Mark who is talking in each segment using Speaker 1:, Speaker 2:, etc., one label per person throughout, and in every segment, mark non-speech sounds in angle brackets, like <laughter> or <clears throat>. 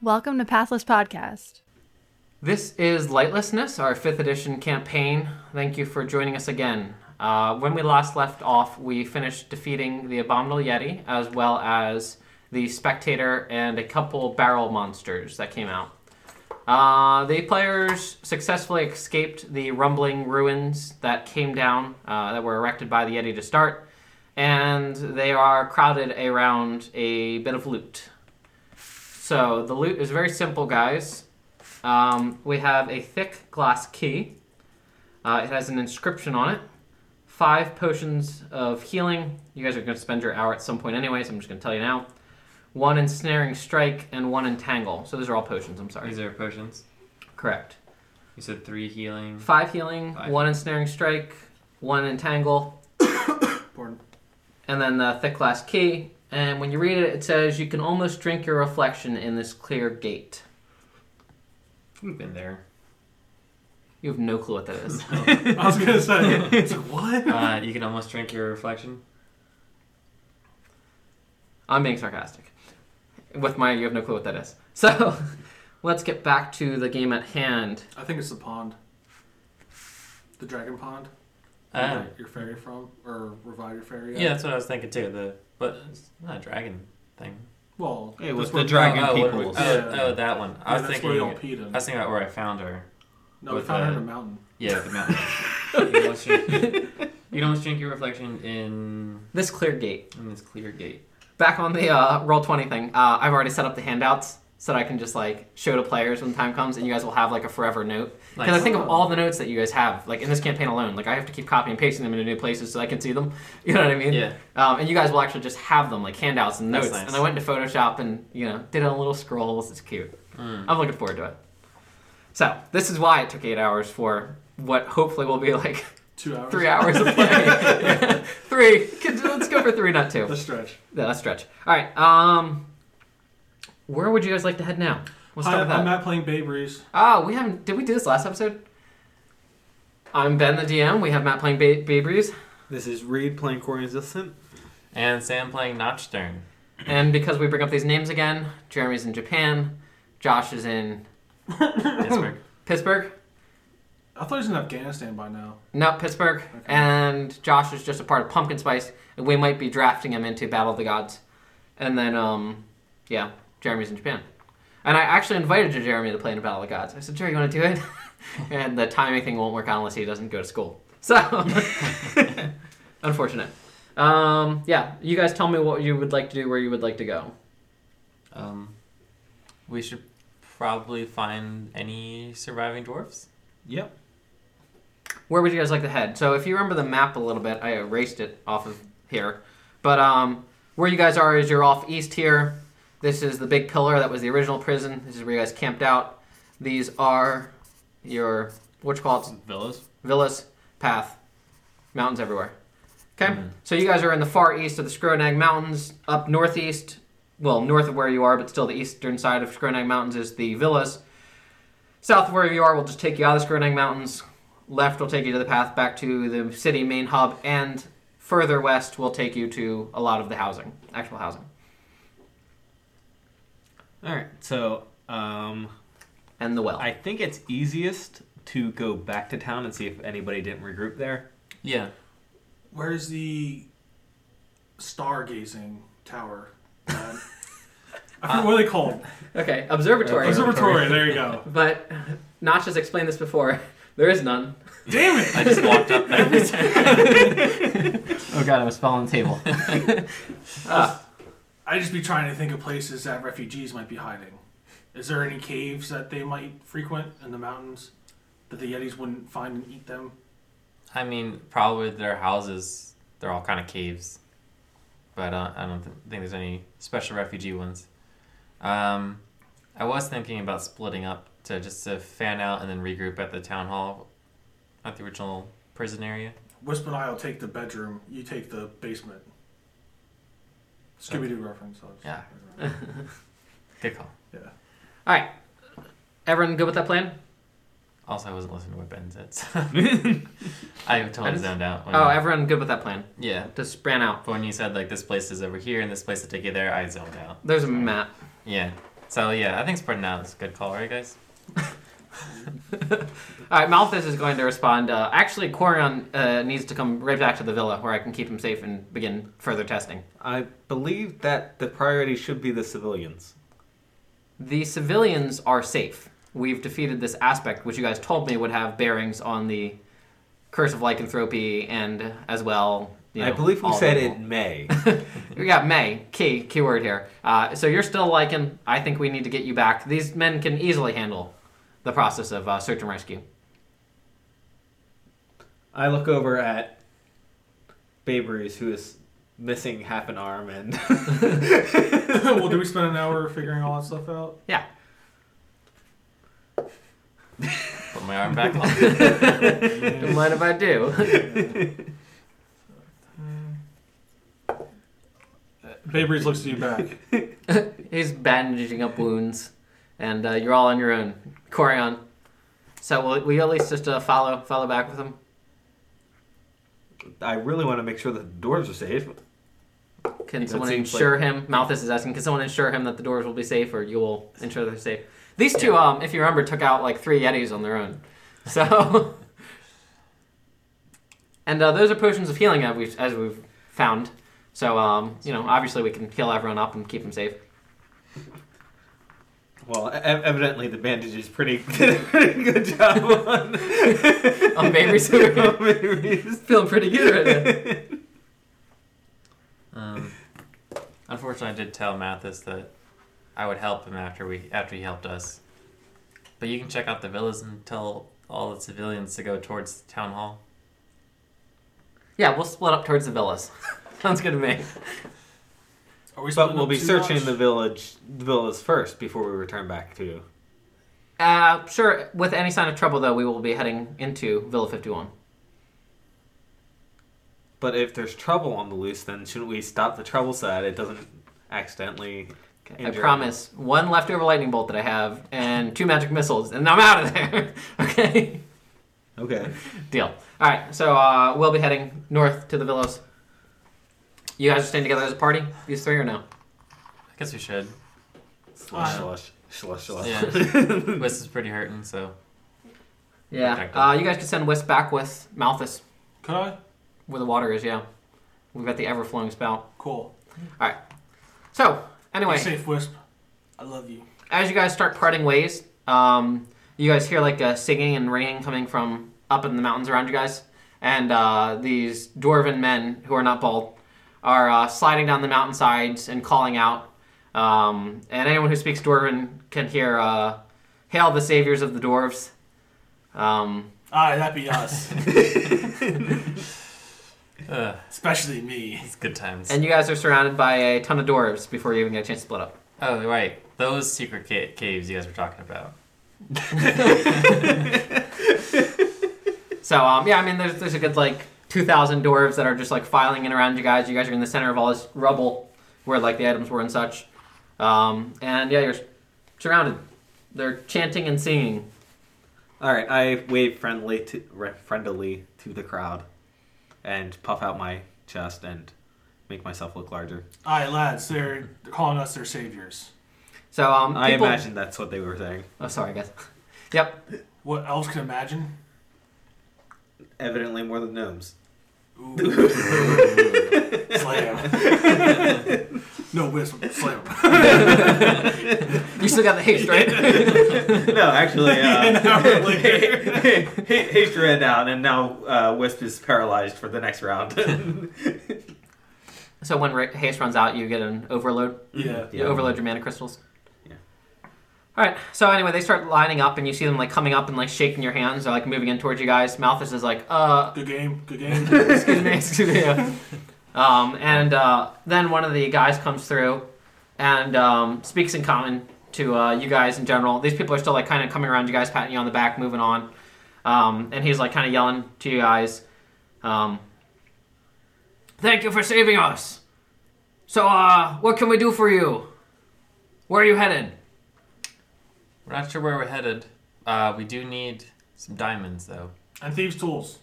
Speaker 1: Welcome to Pathless Podcast.
Speaker 2: This is Lightlessness, our fifth edition campaign. Thank you for joining us again. Uh, when we last left off, we finished defeating the Abominable Yeti as well as the Spectator and a couple barrel monsters that came out. Uh, the players successfully escaped the rumbling ruins that came down, uh, that were erected by the Yeti to start, and they are crowded around a bit of loot. So the loot is very simple, guys. Um, we have a thick glass key. Uh, it has an inscription on it. Five potions of healing. You guys are going to spend your hour at some point anyway, so I'm just going to tell you now. One ensnaring strike and one entangle. So those are all potions. I'm sorry.
Speaker 3: These are potions.
Speaker 2: Correct.
Speaker 3: You said three healing.
Speaker 2: Five healing,
Speaker 3: Five.
Speaker 2: one ensnaring strike, one entangle, and then the thick glass key. And when you read it, it says you can almost drink your reflection in this clear gate.
Speaker 3: We've been there.
Speaker 2: You have no clue what that is.
Speaker 4: I was gonna say, it's like, what?
Speaker 3: Uh, you can almost drink your reflection.
Speaker 2: I'm being sarcastic. With my, you have no clue what that is. So, <laughs> let's get back to the game at hand.
Speaker 4: I think it's the pond, the dragon pond.
Speaker 3: Ah.
Speaker 4: Where your fairy from or revive your fairy? at.
Speaker 3: Yeah, that's what I was thinking too. The but it's not a dragon thing.
Speaker 4: Well,
Speaker 5: It was
Speaker 4: that's
Speaker 5: the
Speaker 4: where-
Speaker 5: dragon
Speaker 3: oh, oh,
Speaker 5: peoples.
Speaker 3: Oh,
Speaker 4: Yeah.
Speaker 3: oh, that one.
Speaker 4: Yeah,
Speaker 3: I was
Speaker 4: that's
Speaker 3: thinking.
Speaker 4: where
Speaker 3: I
Speaker 4: y'all peed in.
Speaker 3: was thinking about where I found her.
Speaker 4: no, we
Speaker 3: with
Speaker 4: found her in
Speaker 3: the-
Speaker 4: a mountain.
Speaker 3: Yeah, the mountain. you, can almost drink, you can almost drink your reflection in
Speaker 2: This clear gate.
Speaker 3: in this clear gate.
Speaker 2: Back on the uh, roll twenty thing. Uh, I've already set up the handouts so that I can just like show to players when the time comes, and you guys will have like a forever note. Because I
Speaker 3: Nice.
Speaker 2: think of all the notes that you guys have, like in this campaign alone, like I have to keep copying and pasting them into new places so I can see them. <laughs> You know what I mean?
Speaker 3: Yeah.
Speaker 2: Um, and you guys will actually just have them like handouts and
Speaker 3: That's
Speaker 2: notes.
Speaker 3: nice.
Speaker 2: And I went into Photoshop and you know did a little scrolls. It's cute.
Speaker 3: Mm.
Speaker 2: I'm looking forward to it. So this is why it took eight hours for what hopefully will be like
Speaker 4: Two hours.
Speaker 2: three hours
Speaker 3: <laughs>
Speaker 2: of play. <laughs> three. Could- Let's go for three, not two.
Speaker 4: The stretch.
Speaker 2: No, that's a stretch. All right. Um, where would you guys like to head now? We'll
Speaker 4: Hi,
Speaker 2: start with that.
Speaker 4: I'm Matt playing Babe Reeves.
Speaker 2: Oh, we haven't. Did we do this last episode? I'm Ben, the DM. We have Matt playing ba- Babe Reeves.
Speaker 5: This is Reed playing Corey's assistant.
Speaker 3: And Sam playing Notchstern.
Speaker 2: And because we bring up these names again, Jeremy's in Japan, Josh is in
Speaker 3: Pittsburgh.
Speaker 2: Pittsburgh.
Speaker 4: I thought he was in Afghanistan by now.
Speaker 2: No, Pittsburgh.
Speaker 4: Okay.
Speaker 2: And Josh is just a part of Pumpkin Spice, and we might be drafting him into Battle of the Gods. And then, um, yeah, Jeremy's in Japan. And I actually invited Jeremy to play in Battle of the Gods. I said, Jerry, you want to do it? <laughs> and the timing thing won't work out unless he doesn't go to school. So, <laughs> unfortunate. Um, yeah, you guys tell me what you would like to do, where you would like to go.
Speaker 3: Um, we should probably find any surviving dwarfs.
Speaker 5: Yep.
Speaker 2: where would you guys like to head? So if you remember the map a little bit, I erased it off of here. But um, where you guys are is you're off east here. This is the big pillar that was the original prison. This is where you guys camped out. These are your what you call it
Speaker 3: Villas.
Speaker 2: villas, path, mountains everywhere. Okay, so you guys are in the far east of the Skronag Mountains, up northeast, well, north of where you are, but still the eastern side of Skronag Mountains is the villas. South of where you are, we'll just take you out of the Skronag Mountains. Left will take you to the path back to the city main hub, and further west will take you to a lot of the housing, actual housing.
Speaker 5: All right. So, um,
Speaker 2: And the well.
Speaker 5: I think it's easiest to go back to town and see if anybody didn't regroup there.
Speaker 3: Yeah.
Speaker 4: Where's the stargazing tower? <laughs> Um, I
Speaker 3: Uh,
Speaker 4: forget what are they called.
Speaker 2: Okay, observatory.
Speaker 3: Observ-
Speaker 4: Observatory. There you go.
Speaker 2: but <laughs> Notch has explained this before. <laughs> There is none.
Speaker 4: Damn it!
Speaker 3: I just walked up there. <laughs>
Speaker 2: Oh god, I was falling the table.
Speaker 4: I just be trying to think of places that refugees might be hiding. Is there any caves that they might frequent in the mountains that the Yetis wouldn't find and eat them?
Speaker 3: I mean, probably their houses, they're all kind of caves. But uh, I don't th- think there's any special refugee ones. Um, I was thinking about splitting up to just to fan out and then regroup at the town hall at the original prison area.
Speaker 4: Wisp and I will take the bedroom. You take the basement. Scooby Doo reference. I'll just-
Speaker 3: Yeah. Good call.
Speaker 4: Yeah.
Speaker 2: Alright. Everyone good with that
Speaker 5: <laughs>
Speaker 2: plan?
Speaker 3: Also, I wasn't listening to what Ben said. So. <laughs> I totally zoned out. When,
Speaker 2: Oh, everyone good with that plan.
Speaker 3: yeah.
Speaker 2: Just ran out.
Speaker 3: But when you said like this place is over here and this place to take you there, I zoned out.
Speaker 2: There's a map.
Speaker 3: Yeah. So yeah, I think spreading out is a good call, right, guys?
Speaker 2: All right, Malthus is going to respond. Uh, actually, Quarion uh, needs to come right back to the villa where I can keep him safe and begin further testing.
Speaker 5: I believe that the priority should be the civilians.
Speaker 2: The civilians are safe. We've defeated this aspect, which you guys told me would have bearings on the curse of lycanthropy and as well. You know,
Speaker 5: I believe we
Speaker 2: all
Speaker 5: said
Speaker 2: evil.
Speaker 5: it may.
Speaker 2: We got May, key keyword here. Uh, so you're still Lycan. I think we need to get you back. These men can easily handle the process of uh, search and rescue.
Speaker 5: I look over at Babries, who is missing half an arm,
Speaker 4: <laughs>
Speaker 5: and <laughs>
Speaker 4: well, do we spend an hour figuring all that stuff
Speaker 5: <laughs>
Speaker 4: out?
Speaker 2: Yeah.
Speaker 3: Put my arm back on.
Speaker 2: <laughs>
Speaker 3: <laughs>
Speaker 2: Don't mind if I do.
Speaker 4: Babries looks at you back.
Speaker 2: <laughs> He's bandaging up wounds, and uh, you're all on your own, Corion. So will we at least just uh, follow follow back with him?
Speaker 5: I really want to make sure that the doors are safe.
Speaker 2: Can
Speaker 5: That
Speaker 2: someone
Speaker 5: seems
Speaker 2: ensure him? Malthus is asking. Can someone ensure him that the doors will be safe, or you will ensure they're safe? These two, um, if you remember, took out like three Yetis on their own. So, <laughs> and uh, those are potions of healing as we've, as we've found. So, um, you know, obviously we can heal everyone up and keep them safe.
Speaker 5: Well, e- evidently the bandage is pretty, <laughs> pretty good job on <laughs>
Speaker 2: On Baby
Speaker 5: on
Speaker 2: Sewer,
Speaker 5: Babries.
Speaker 2: Um, <laughs> feeling pretty good right now.
Speaker 3: Um, unfortunately, I did tell Mathis that I would help him after we after he helped us. But you can check out the villas and tell all the civilians to go towards the town hall. <laughs>
Speaker 2: Yeah, we'll split up towards the villas. Sounds good to me.
Speaker 4: Are we
Speaker 5: But
Speaker 4: splitting
Speaker 5: we'll
Speaker 4: up
Speaker 5: be
Speaker 4: too
Speaker 5: searching
Speaker 4: much?
Speaker 5: the village, the villas first before we return back to.
Speaker 2: Uh, sure. With any sign of trouble, though, we will be heading into Villa Fifty One.
Speaker 5: But if there's trouble on the loose, then shouldn't we stop the trouble so that it doesn't accidentally?
Speaker 2: I
Speaker 5: injure
Speaker 2: promise one leftover lightning bolt that I have and two magic missiles, and I'm out of there. <laughs> okay,
Speaker 5: Okay.
Speaker 2: deal. All right, so uh, we'll be heading north to the Villas. You guys are staying together as a party, these three or no?
Speaker 3: I guess we <laughs> should.
Speaker 5: Slush,
Speaker 4: Uh,
Speaker 5: slush, slush, slush.
Speaker 3: Yeah. Wes is pretty hurting, so
Speaker 2: Yeah.
Speaker 3: Protected.
Speaker 2: Uh, you guys can send Wisp back with Malthus,
Speaker 4: Could I?
Speaker 2: where the water is. Yeah, we've got the ever-flowing spout.
Speaker 4: Cool.
Speaker 2: So
Speaker 4: Be
Speaker 2: anyway,
Speaker 4: safe, Wisp. I love you.
Speaker 2: as you guys start parting ways, um, you guys hear like a singing and ringing coming from up in the mountains around you guys, and uh, these dwarven men who are not bald are uh, sliding down the mountainsides and calling out. Um, and anyone who speaks dwarven can hear uh, "Hail the saviors of the dwarves." Um,
Speaker 4: Aye, that be
Speaker 5: <laughs>
Speaker 4: us.
Speaker 3: uh,
Speaker 4: Especially me.
Speaker 3: it's good times.
Speaker 2: and you guys are surrounded by a ton of dwarves before you even get a chance to split up.
Speaker 3: oh right, those secret ca- caves you guys were talking about.
Speaker 2: So um, yeah, I mean, there's there's a good like 2,000 dwarves that are just like filing in around you guys. You guys are in the center of all this rubble where like the items were and such. Um, and yeah, you're surrounded. They're chanting and singing.
Speaker 5: <laughs> All right, I wave friendly to re- friendly to the crowd, and puff out my chest and make myself look larger.
Speaker 4: Aye, lads, they're they're calling us their saviors.
Speaker 2: So um,
Speaker 5: I
Speaker 2: people-
Speaker 5: imagine that's what they were saying.
Speaker 2: Oh, sorry, guys. <laughs> yep.
Speaker 4: What elves can imagine?
Speaker 5: Evidently, more than gnomes.
Speaker 4: Ooh. Slam. <laughs> no, Wisp, slam.
Speaker 2: You still got the haste, right?
Speaker 5: <laughs> no, actually,
Speaker 4: An
Speaker 5: <laughs> uh,
Speaker 4: hour later.
Speaker 5: Haste ran down, and now uh, Wisp is paralyzed for the next round.
Speaker 2: so when ra- haste runs out, you get an overload.
Speaker 4: Yeah.
Speaker 2: You overload your mana crystals.
Speaker 5: Yeah.
Speaker 2: All right. So anyway, they start lining up, and you see them like coming up and like shaking your hands. They're like moving in towards you guys. Malthus is like, uh,
Speaker 4: Good game, good game.
Speaker 2: excuse me, excuse me. yeah. Um, and uh, then one of the guys comes through and um, speaks in common to uh, you guys in general. These people are still like kind of coming around you guys, patting you on the back, moving on. Um, and he's like kind of yelling to you guys, um, "Thank you for saving us. So, uh, what can we do for you? Where are you headed?"
Speaker 3: We're not sure where we're headed. Uh, we do need some diamonds though.
Speaker 4: and thieves' tools.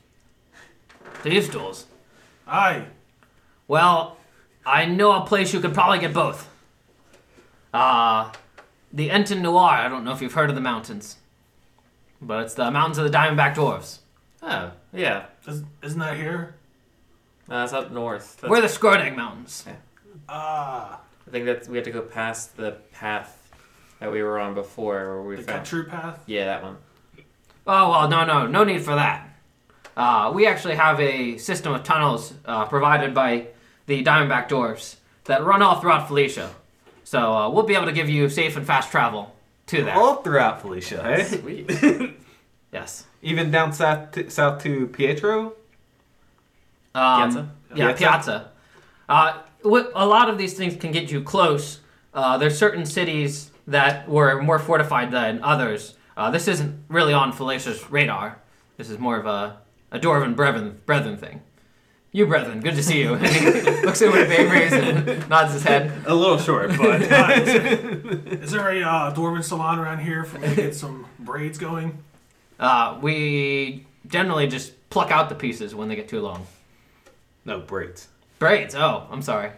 Speaker 2: Thieves' tools.
Speaker 4: Aye.
Speaker 2: Well, I know a place you could probably get both. Uh, the Enten Noir. I don't know if you've heard of the mountains, but it's the mountains of the Diamondback Dwarves.
Speaker 3: Oh, yeah.
Speaker 4: Isn't isn't that here?
Speaker 3: No, that's up north. That's-
Speaker 2: We're the Squirting Mountains.
Speaker 4: Ah,
Speaker 3: I think that we have to go past the path that we were on before, where we
Speaker 4: the
Speaker 3: found.
Speaker 4: Ketru path.
Speaker 3: Yeah, that one.
Speaker 2: Oh well, no, no, no need for that. Uh, we actually have a system of tunnels uh, provided by the Diamondback Dwarves that run all throughout Felicia, so uh, we'll be able to give you safe and fast travel to that.
Speaker 5: All throughout Felicia. eh?
Speaker 3: Sweet.
Speaker 2: Yes.
Speaker 5: Even down south to, south to Pietro.
Speaker 2: Um,
Speaker 3: Piazza?
Speaker 2: Yeah,
Speaker 5: Piazza?
Speaker 2: Piazza. Uh, wi- a lot of these things can get you close. Uh, there's certain cities that were more fortified than others. Uh, this isn't really on Felicia's radar. This is more of a, a Dwarven brethren, brethren thing. You brethren, good to see you. <laughs> Looks over at Bakeries and <laughs> nods his head.
Speaker 5: A little short, but
Speaker 4: Ah,
Speaker 3: <laughs>
Speaker 4: is, there- is there a uh, Dwarven salon around here for me to get some braids going? <laughs>
Speaker 2: Uh, we generally just pluck out the pieces when they get too long.
Speaker 5: <laughs> no braids.
Speaker 2: Braids. Oh, I'm sorry.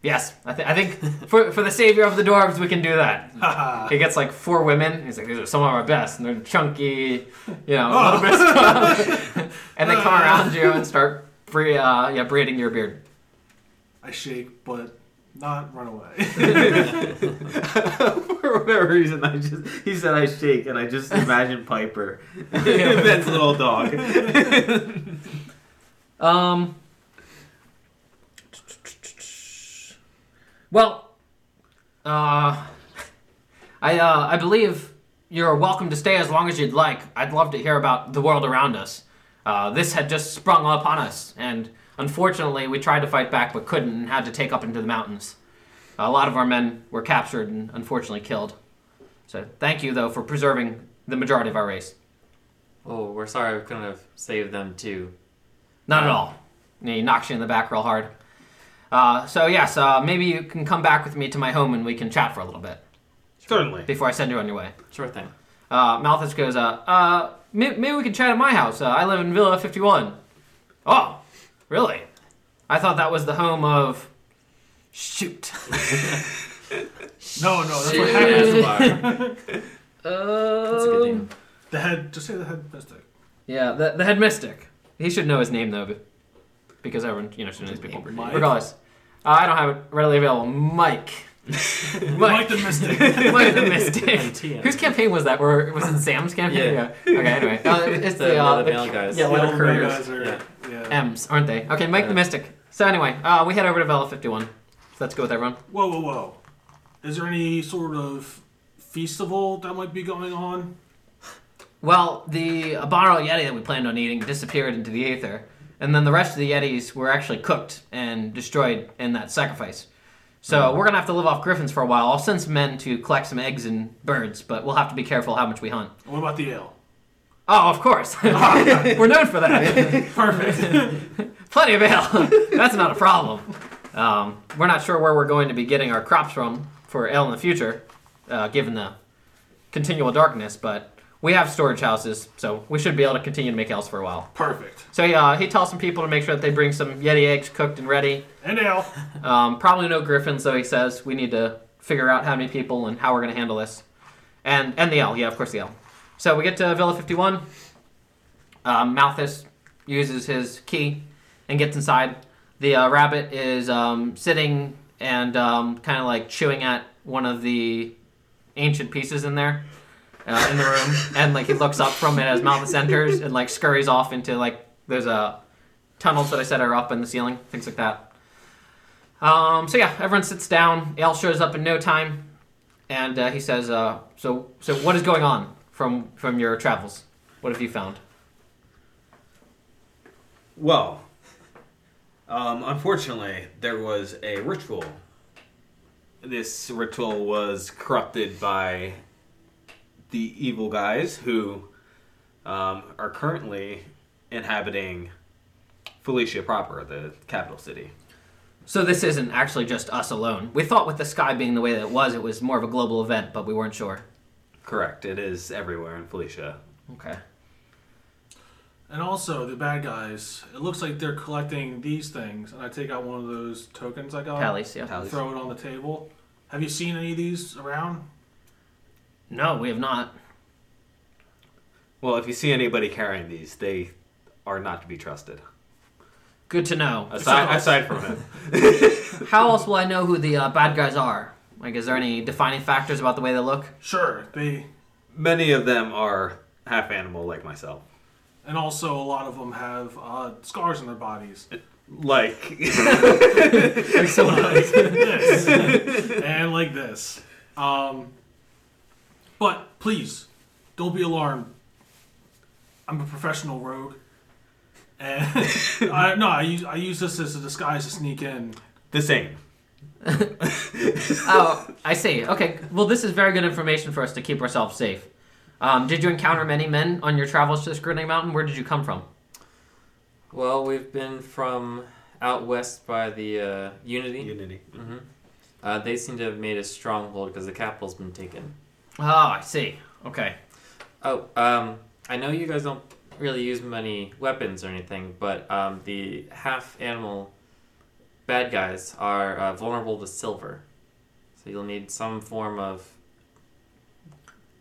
Speaker 2: Yes, I, th- I think for, for the savior of the dwarves, we can do that. <laughs>
Speaker 4: Haha.
Speaker 2: He gets like four women. and He's like, these are some of our best, and they're chunky, you know, a little bit stuff. <laughs> and they come around you and start free, uh, yeah, braiding your beard.
Speaker 4: I shake, but not run away.
Speaker 5: <laughs>
Speaker 4: <laughs>
Speaker 5: For whatever reason, I just he said I shake, and I just imagine <laughs> Piper, Ben's little dog.
Speaker 2: Um. Well, uh, I uh, I believe you're welcome to stay as long as you'd like. I'd love to hear about the world around us. Uh, this had just sprung upon us, and unfortunately, we tried to fight back but couldn't, and had to take up into the mountains. A lot of our men were captured and unfortunately killed. So thank you though for preserving the majority of our race.
Speaker 3: Oh, we're sorry we couldn't have saved them too.
Speaker 2: Not at all. Um, And he knocks you in the back real hard. Uh, so yes, uh, maybe you can come back with me to my home and we can chat for a little bit
Speaker 5: Certainly.
Speaker 2: before I send you on your way.
Speaker 3: Sure thing.
Speaker 2: Uh, Malthus goes, uh, uh, may- maybe we can chat at my house. Uh, I live in Villa 51. Oh, really? I thought that was the home of. Shoot.
Speaker 4: No, no, that's what
Speaker 3: Shoot.
Speaker 4: happens.
Speaker 3: <laughs> That's a good
Speaker 2: Uh, <laughs>
Speaker 3: name.
Speaker 4: The head, just say the head mystic.
Speaker 2: yeah, the, the head mystic. He should know his name though, be- because everyone you know should know his people.
Speaker 4: Mike?
Speaker 2: Regardless, uh, I don't have it readily available. Mike. Mike.
Speaker 4: Mike
Speaker 3: <laughs>
Speaker 4: the mystic.
Speaker 2: Mike the Mystic.
Speaker 3: And TM.
Speaker 2: Whose campaign was that? Were was it Sam's campaign?
Speaker 3: Yeah.
Speaker 2: Okay.
Speaker 3: <laughs>
Speaker 2: Anyway, uh, it's the,
Speaker 3: The-
Speaker 2: uh,
Speaker 3: the
Speaker 2: the
Speaker 3: male guys.
Speaker 2: Yeah,
Speaker 4: The
Speaker 2: letter
Speaker 4: old
Speaker 2: couriers.
Speaker 4: guys are-
Speaker 3: Yeah.
Speaker 4: yeah.
Speaker 2: M's, aren't they? Okay, Mike the
Speaker 3: Yeah.
Speaker 2: Mystic. So anyway, uh, we head over to Vela Fifty One. So let's go with everyone.
Speaker 4: Whoa, whoa, whoa. Is there any sort of festival that might be going on?
Speaker 2: Well, the Abaro Yeti that we planned on eating disappeared into the aether, and then the rest of the Yetis were actually cooked and destroyed in that sacrifice. So
Speaker 3: Mm-hmm.
Speaker 2: we're gonna have to live off griffins for a while. I'll send some men to collect some eggs and birds, but we'll have to be careful how much we hunt.
Speaker 4: What about the ale?
Speaker 2: Oh, of course, we're known for that.
Speaker 4: Perfect.
Speaker 2: <laughs> plenty of ale. That's not a problem. Um, we're not sure where we're going to be getting our crops from for ale in the future, uh, given the continual darkness. But we have storage houses, so we should be able to continue to make ales for a while.
Speaker 4: Perfect.
Speaker 2: So uh, he tells some people to make sure that they bring some Yeti eggs cooked and ready.
Speaker 4: And ale.
Speaker 2: Um, probably no griffins, though. He says we need to figure out how many people and how we're going to handle this, and and the ale. Yeah, of course the ale. So we get to Villa Fifty One. Um, Malthus uses his key and gets inside. The uh, rabbit is um, sitting and um, kind of like chewing at one of the ancient pieces in there uh, in the room, and like he looks up from it as Malthus enters and like scurries off into like there's a tunnels that I said are up in the ceiling, things like that. Um, so yeah, everyone sits down. Ale shows up in no time, and uh, he says, uh, "So, so what is going on from from your travels? What have you found?"
Speaker 5: Well, um, unfortunately, there was a ritual. This ritual was corrupted by the evil guys who um, are currently inhabiting Felicia proper, the capital city.
Speaker 2: So this isn't actually just us alone. We thought with the sky being the way that it was, it was more of a global event, but we weren't sure.
Speaker 5: Correct. It is everywhere in Felicia.
Speaker 2: Okay.
Speaker 4: And also, the bad guys, it looks like they're collecting these things, and I take out one of those tokens I got.
Speaker 2: Pallies, Um, yeah.
Speaker 5: Pallies.
Speaker 4: Throw it on the table. Have you seen any of these around?
Speaker 2: No, we have not.
Speaker 5: Well, if you see anybody carrying these, they are not to be trusted.
Speaker 2: Good to know.
Speaker 5: Aside, aside from him.
Speaker 2: How else will I know who the uh, bad guys are? Like, is there any defining factors about the way they look?
Speaker 4: Sure, they,
Speaker 5: Many of them are half animal like myself.
Speaker 4: and also a lot of them have uh, scars on their bodies.
Speaker 5: Like <laughs>
Speaker 2: Like someone else.
Speaker 4: this <laughs> and like this. Um, but please, don't be alarmed. I'm a professional rogue, and <laughs> I, no, I use I use this as a disguise to sneak in.
Speaker 5: the same.
Speaker 2: oh, I see. Okay. Well, this is very good information for us to keep ourselves safe. Um, did you encounter many men on your travels to Scrutiny Mountain? Where did you come from?
Speaker 3: Well, we've been from out west by the uh, Unity.
Speaker 5: Unity.
Speaker 3: hmm Uh, they seem to have made a stronghold because the capital's been taken.
Speaker 2: Oh, I see. Okay.
Speaker 3: Oh, um, I know you guys don't really use many weapons or anything, but um, the half animal bad guys are uh, vulnerable to silver. So you'll need some form of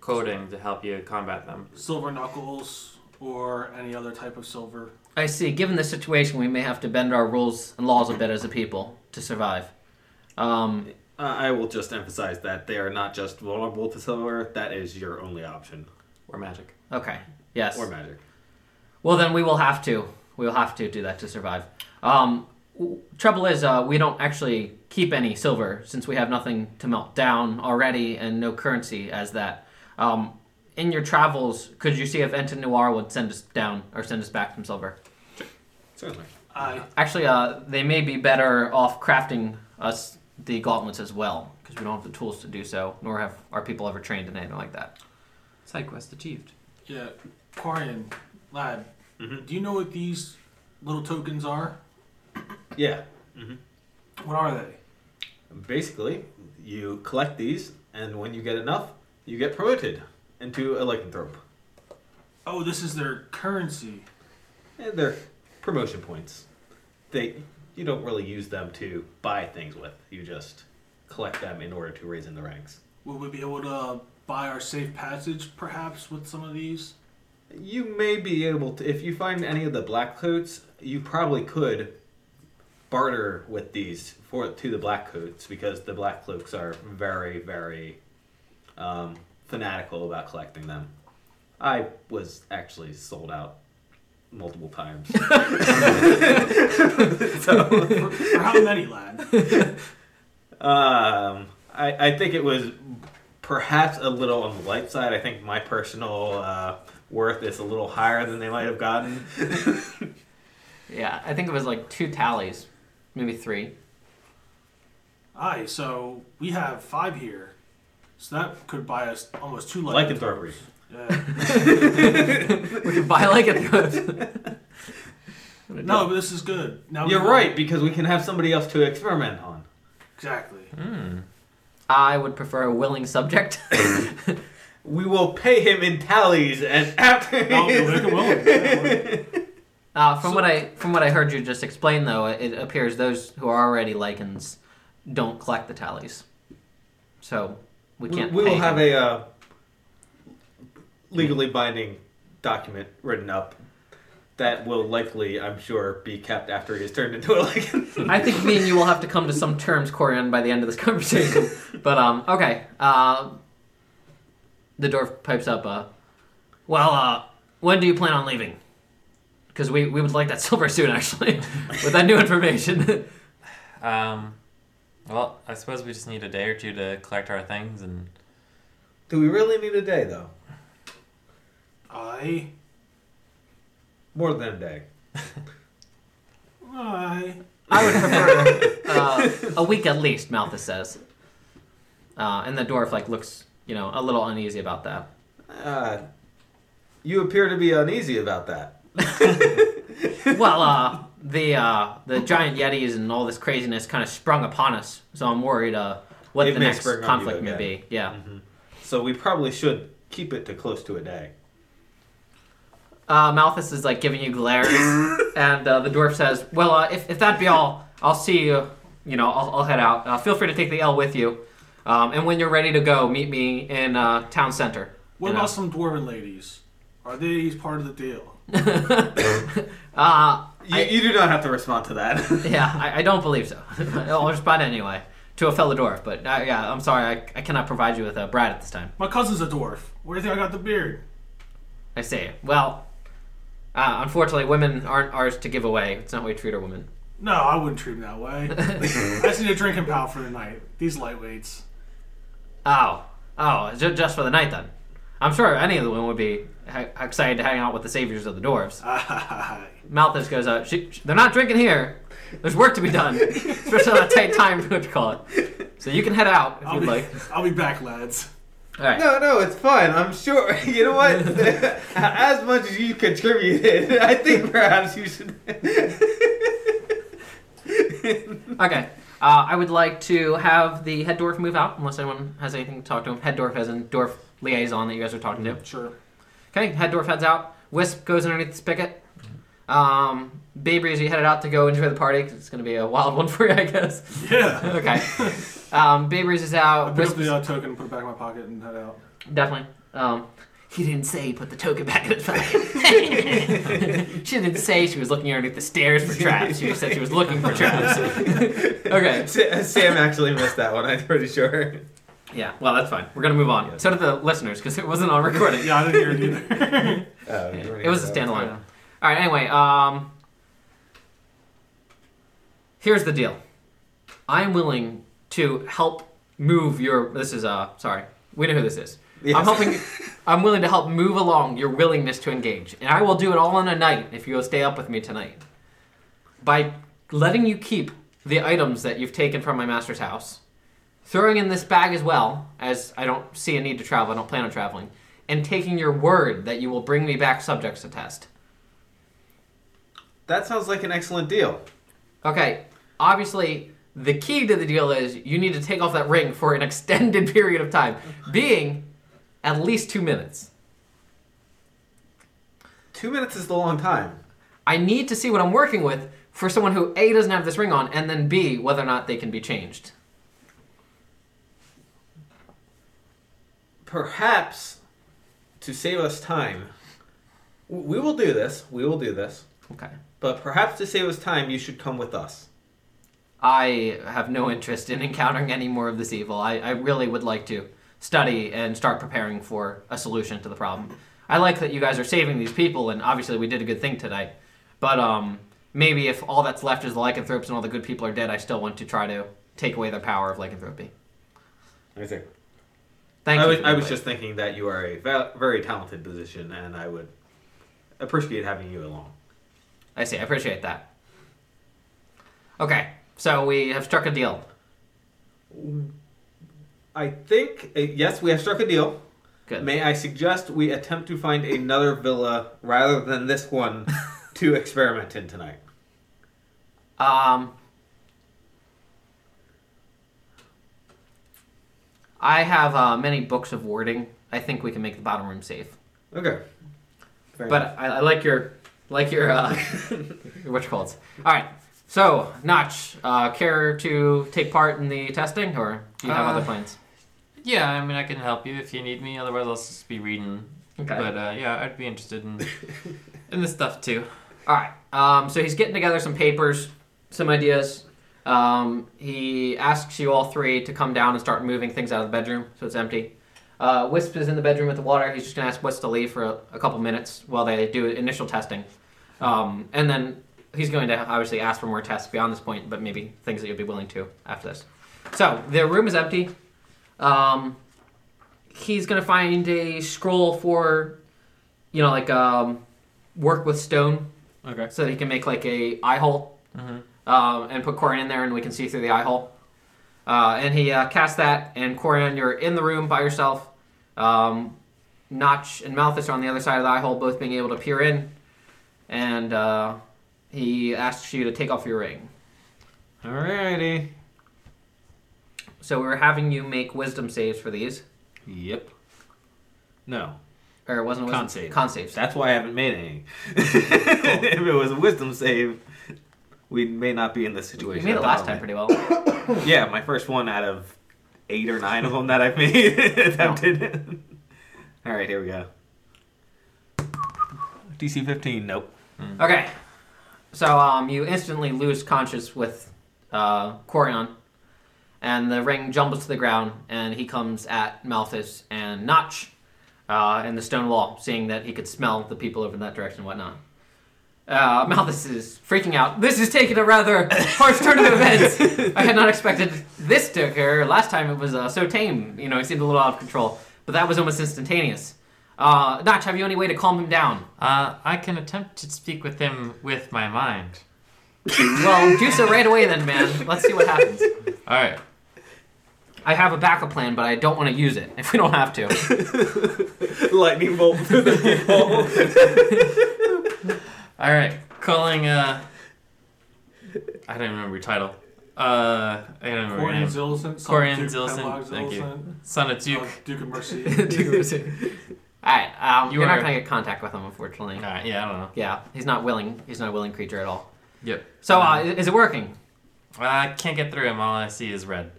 Speaker 3: coating to help you combat them.
Speaker 4: Silver knuckles or any other type of silver.
Speaker 2: I see. Given the situation, we may have to bend our rules and laws a bit as a people to survive. Um,
Speaker 5: Uh, I will just emphasize that they are not just vulnerable to silver. That is your only option,
Speaker 3: Or magic.
Speaker 2: okay. Yes.
Speaker 5: or magic.
Speaker 2: Well, then we will have to. We will have to do that to survive. Um, w- trouble is, uh, we don't actually keep any silver since we have nothing to melt down already and no currency as that. Um, in your travels, could you see if Enten Noir would send us down or send us back some silver?
Speaker 5: Certainly.
Speaker 4: I
Speaker 2: Actually, uh, they may be better off crafting us the gauntlets as well because we don't have the tools to do so, nor have our people ever trained in anything like that.
Speaker 3: Side quest achieved.
Speaker 4: yeah, Quarian lad, do you know what these little tokens are?
Speaker 5: Yeah.
Speaker 4: What are they?
Speaker 5: Basically, you collect these, and when you get enough, you get promoted into a lycanthrope.
Speaker 4: Oh, this is their currency.
Speaker 5: And they're promotion points. They you don't really use them to buy things with. You just collect them in order to raise in the ranks.
Speaker 4: Will we be able to buy our safe passage, perhaps, with some of these?
Speaker 5: You may be able to if you find any of the black coats, you probably could barter with these for to the black coats because the black cloaks are very very um, fanatical about collecting them. I was actually sold out multiple times. so
Speaker 4: For, for how many, lad?
Speaker 5: Um, I, I think it was perhaps a little on the light side. I think my personal uh, worth is a little higher than they might have gotten.
Speaker 2: Yeah, I think it was like two tallies, maybe three.
Speaker 4: Aye, so we have five here. So that could buy us almost two
Speaker 5: Lycanthropy.
Speaker 4: Yeah.
Speaker 2: We could buy like a.
Speaker 4: No, but this is good. Now we
Speaker 5: You're
Speaker 4: know-
Speaker 5: right, because we can have somebody else to experiment on.
Speaker 4: Exactly.
Speaker 5: Hmm.
Speaker 2: I would prefer a willing subject.
Speaker 5: We will pay him in tallies and <laughs> after.
Speaker 4: No, we make it willing.
Speaker 5: <laughs>
Speaker 4: Yeah,
Speaker 2: uh, from what I from what I heard you just explain, though, it appears those who are already lichens don't collect the tallies, so we
Speaker 5: we,
Speaker 2: can't.
Speaker 5: we will
Speaker 2: pay
Speaker 5: have
Speaker 2: them.
Speaker 5: a uh, legally binding document written up that will likely, I'm sure, be kept after he is turned into a lycan. <laughs>
Speaker 2: I think me and you will have to come to some terms, Corian, by the end of this
Speaker 5: <laughs>
Speaker 2: conversation. but um, okay. Uh, the dwarf pipes up. Uh, well, uh, when do you plan on leaving? Because we, we would like that <laughs> silver soon, actually, with that new information. <laughs>
Speaker 3: Um, well, I suppose we just need a day or two to collect our things and
Speaker 5: Do we really need a day, though?
Speaker 4: Aye.
Speaker 5: More than a day.
Speaker 4: Aye.
Speaker 2: I would prefer uh, a week at least, Malthus says. Uh, and the dwarf like looks, you know, a little uneasy about that.
Speaker 5: Uh, you appear to be uneasy about that.
Speaker 2: Well, uh, the uh, the giant yetis and all this craziness kind of sprung upon us, so I'm worried uh, what
Speaker 5: It
Speaker 2: the
Speaker 5: may
Speaker 2: next
Speaker 5: spring on you
Speaker 2: conflict may
Speaker 5: again. Mm-hmm.
Speaker 2: be. Yeah.
Speaker 5: So we probably should keep it to close to a day.
Speaker 2: Uh, Malthus is like giving you
Speaker 5: <laughs>
Speaker 2: glares, and uh, the dwarf says, "Well, uh, if if that be all, I'll see you. You know, I'll, I'll head out. Uh, feel free to take the L with you. Um, and when you're ready to go, meet me in uh, town center.
Speaker 4: What
Speaker 2: you know.
Speaker 4: about some dwarven ladies? Are they part of the deal?
Speaker 2: Uh,
Speaker 5: You, you do not have to respond to that. <laughs>
Speaker 2: yeah, I, I don't believe so. <laughs> I'll respond anyway to a fellow dwarf, but uh, yeah, I'm sorry, I, I cannot provide you with a bride at this time.
Speaker 4: My cousin's a dwarf. Where do you think I got the beard?
Speaker 2: I see. Well, uh, unfortunately, women aren't ours to give away. It's not how we treat our women.
Speaker 4: No, I wouldn't treat him that
Speaker 5: <laughs>
Speaker 4: way. I just need a drinking pal for the night. These lightweights. <laughs>
Speaker 2: Oh, oh, ju- just for the night then. I'm sure any of the women would be ha- excited to hang out with the saviors of the dwarves.
Speaker 4: Uh,
Speaker 2: Malthus goes out. She, sh they're not drinking here. There's work to be
Speaker 4: <laughs>
Speaker 2: done, especially on that tight time. <laughs> What you call it? So you can head out if
Speaker 4: I'll
Speaker 2: you'd
Speaker 4: be,
Speaker 2: like.
Speaker 4: I'll be back, lads.
Speaker 2: All right.
Speaker 5: no, no, it's fine. I'm sure. <laughs> You know what? as much as you contributed, I think perhaps you should.
Speaker 2: Okay. Uh, I would like to have the head dwarf move out, unless anyone has anything to talk to him. Head dwarf as in dwarf liaison that you guys are talking to.
Speaker 4: Sure. Mm-hmm.
Speaker 2: Okay, head dwarf heads out. Wisp goes underneath this picket.
Speaker 4: Mm-hmm.
Speaker 2: Um, Bay Breeze, you headed out to go enjoy the party 'cause it's going to be a wild one <laughs> for you, I guess.
Speaker 4: <laughs> Yeah.
Speaker 2: Okay. Um, Bay Breeze is
Speaker 4: I
Speaker 2: out.
Speaker 4: pick
Speaker 2: Wisp,
Speaker 4: up the uh, token and put it back in my pocket and head out.
Speaker 2: definitely. Um, he didn't say he put the token back in his
Speaker 4: <laughs>
Speaker 2: pocket. <laughs> she didn't say she was looking underneath the stairs for traps. She just said she was looking for
Speaker 4: <laughs>
Speaker 2: traps. okay.
Speaker 5: Sa- <laughs> Sam actually missed that one. I'm pretty <laughs> sure.
Speaker 2: Yeah, well, that's fine. We're going to move on. So did the listeners because it wasn't on recording.
Speaker 4: Yeah, I didn't hear it either.
Speaker 5: Uh, you wanna
Speaker 2: It was a
Speaker 5: hear that?
Speaker 2: standalone. All right. Anyway, um, here's the deal. I'm willing to help move your. This is uh, sorry. We know who this is. I'm
Speaker 5: Yes.
Speaker 2: helping. I'm willing to help move along your willingness to engage, and I will do it all in a night if you'll stay up with me tonight. By letting you keep the items that you've taken from my master's house, throwing in this bag as well, as I don't see a need to travel, I don't plan on traveling, and taking your word that you will bring me back subjects to test.
Speaker 5: That sounds like an excellent deal.
Speaker 2: Okay, obviously, the key to the deal is you need to take off that ring for an <laughs> extended period of time, being at least two minutes.
Speaker 5: Two minutes is a long time.
Speaker 2: I need to see what I'm working with for someone who A, doesn't have this ring on, and then B, whether or not they can be changed.
Speaker 5: Perhaps to save us time, w- we will do this. We will do this.
Speaker 2: Okay.
Speaker 5: But perhaps to save us time, you should come with us.
Speaker 2: I have no interest in encountering any more of this evil. I, I really would like to study and start preparing for a solution to the problem. I like that you guys are saving these people, and obviously we did a good thing today. But um, maybe if all that's left is the lycanthropes and all the good people are dead, I still want to try to take away their power of lycanthropy. Thank
Speaker 5: I
Speaker 2: you.
Speaker 5: was,
Speaker 2: for
Speaker 5: I
Speaker 2: the
Speaker 5: was
Speaker 2: advice.
Speaker 5: just thinking that you are a va- very talented musician, and I would appreciate having you along.
Speaker 2: I see. I appreciate that. Okay, so we have struck a deal.
Speaker 5: I think, uh, yes, we have struck a deal.
Speaker 2: Good.
Speaker 5: May I suggest we attempt to find another villa rather than
Speaker 2: <laughs>
Speaker 5: this one to experiment in tonight?
Speaker 2: Um, I have uh, many books of wording. I think we can make the bottom room safe.
Speaker 5: Okay. Fair enough.
Speaker 2: But I, I like your, like your, uh, <laughs> your witch calls. All right. So, Notch, uh, care to take part in the testing, or do you have
Speaker 3: Uh,
Speaker 2: other plans?
Speaker 3: Yeah, I mean, I can help you if you need me. Otherwise, I'll just be reading.
Speaker 2: Okay.
Speaker 3: But uh, yeah, I'd be interested in in this stuff too.
Speaker 2: All right. Um, so he's getting together some papers, some ideas. Um, he asks you all three to come down and start moving things out of the bedroom, so it's empty. Uh, Wisp is in the bedroom with the water. He's just gonna ask Wisp to leave for a, a couple minutes while they do initial testing, um, and then he's going to obviously ask for more tests beyond this point, but maybe things that you'll be willing to after this. So the room is empty. Um, he's gonna find a scroll for, you know, like um, work with stone
Speaker 3: Okay.
Speaker 2: so that he can make like a eye hole um, and put Corian in there and we can see through the eye hole. Uh, and he uh, casts that, and Corian, you're in the room by yourself. Um, Notch and Malthus are on the other side of the eye hole, both being able to peer in. And uh, he asks you to take off your ring.
Speaker 5: Alrighty.
Speaker 2: So we're having you make wisdom saves for these.
Speaker 5: Yep. No.
Speaker 2: Or it wasn't
Speaker 5: Con
Speaker 2: wisdom
Speaker 5: saves.
Speaker 2: Con saves.
Speaker 5: That's why I haven't made any. <laughs> if it was a wisdom save, we may not be in this
Speaker 2: you
Speaker 5: situation.
Speaker 2: made it
Speaker 5: at
Speaker 2: last
Speaker 5: the
Speaker 2: time
Speaker 5: moment.
Speaker 2: pretty well.
Speaker 5: Yeah, my first one out of eight or nine of them that I've made <laughs> attempted. All right, here we go. DC 15, nope.
Speaker 2: Okay. So um, you instantly lose conscious with uh, Corion, and the ring jumbles to the ground, and he comes at Malthus and Notch uh, in the stone wall, seeing that he could smell the people over in that direction and whatnot. Uh, Malthus is freaking out. This is taking a rather harsh turn of events. I had not expected this to occur. Last time it was uh, so tame. You know, it seemed a little out of control, but that was almost instantaneous. Uh, Notch, have you any way to calm him down?
Speaker 3: Uh, I can attempt to speak with him with my mind.
Speaker 2: Well, do so right away then, man. Let's see what happens.
Speaker 3: All right.
Speaker 2: I have a backup plan, but I don't want to use it <laughs> if we don't have to.
Speaker 5: <laughs> Lightning bolt through the <laughs> people.
Speaker 3: All right. Calling. Uh, I don't remember your title. Uh, I don't remember your
Speaker 4: <laughs> Corian
Speaker 3: name.
Speaker 4: Zillison.
Speaker 3: Corian
Speaker 4: Duke
Speaker 3: Zillison,
Speaker 4: Penlock
Speaker 3: thank you.
Speaker 4: Zillison,
Speaker 3: Son of Duke.
Speaker 4: uh, Duke of <laughs> Mercy.
Speaker 2: Alright, um,
Speaker 3: You
Speaker 2: you are
Speaker 3: are-
Speaker 2: not going to get contact with him, unfortunately.
Speaker 3: All right. Yeah, I don't know.
Speaker 2: Yeah, he's not willing. He's not a willing creature at all.
Speaker 3: Yep.
Speaker 2: So, uh,
Speaker 3: Um,
Speaker 2: is, is it working?
Speaker 3: I can't get through him. All I see is red.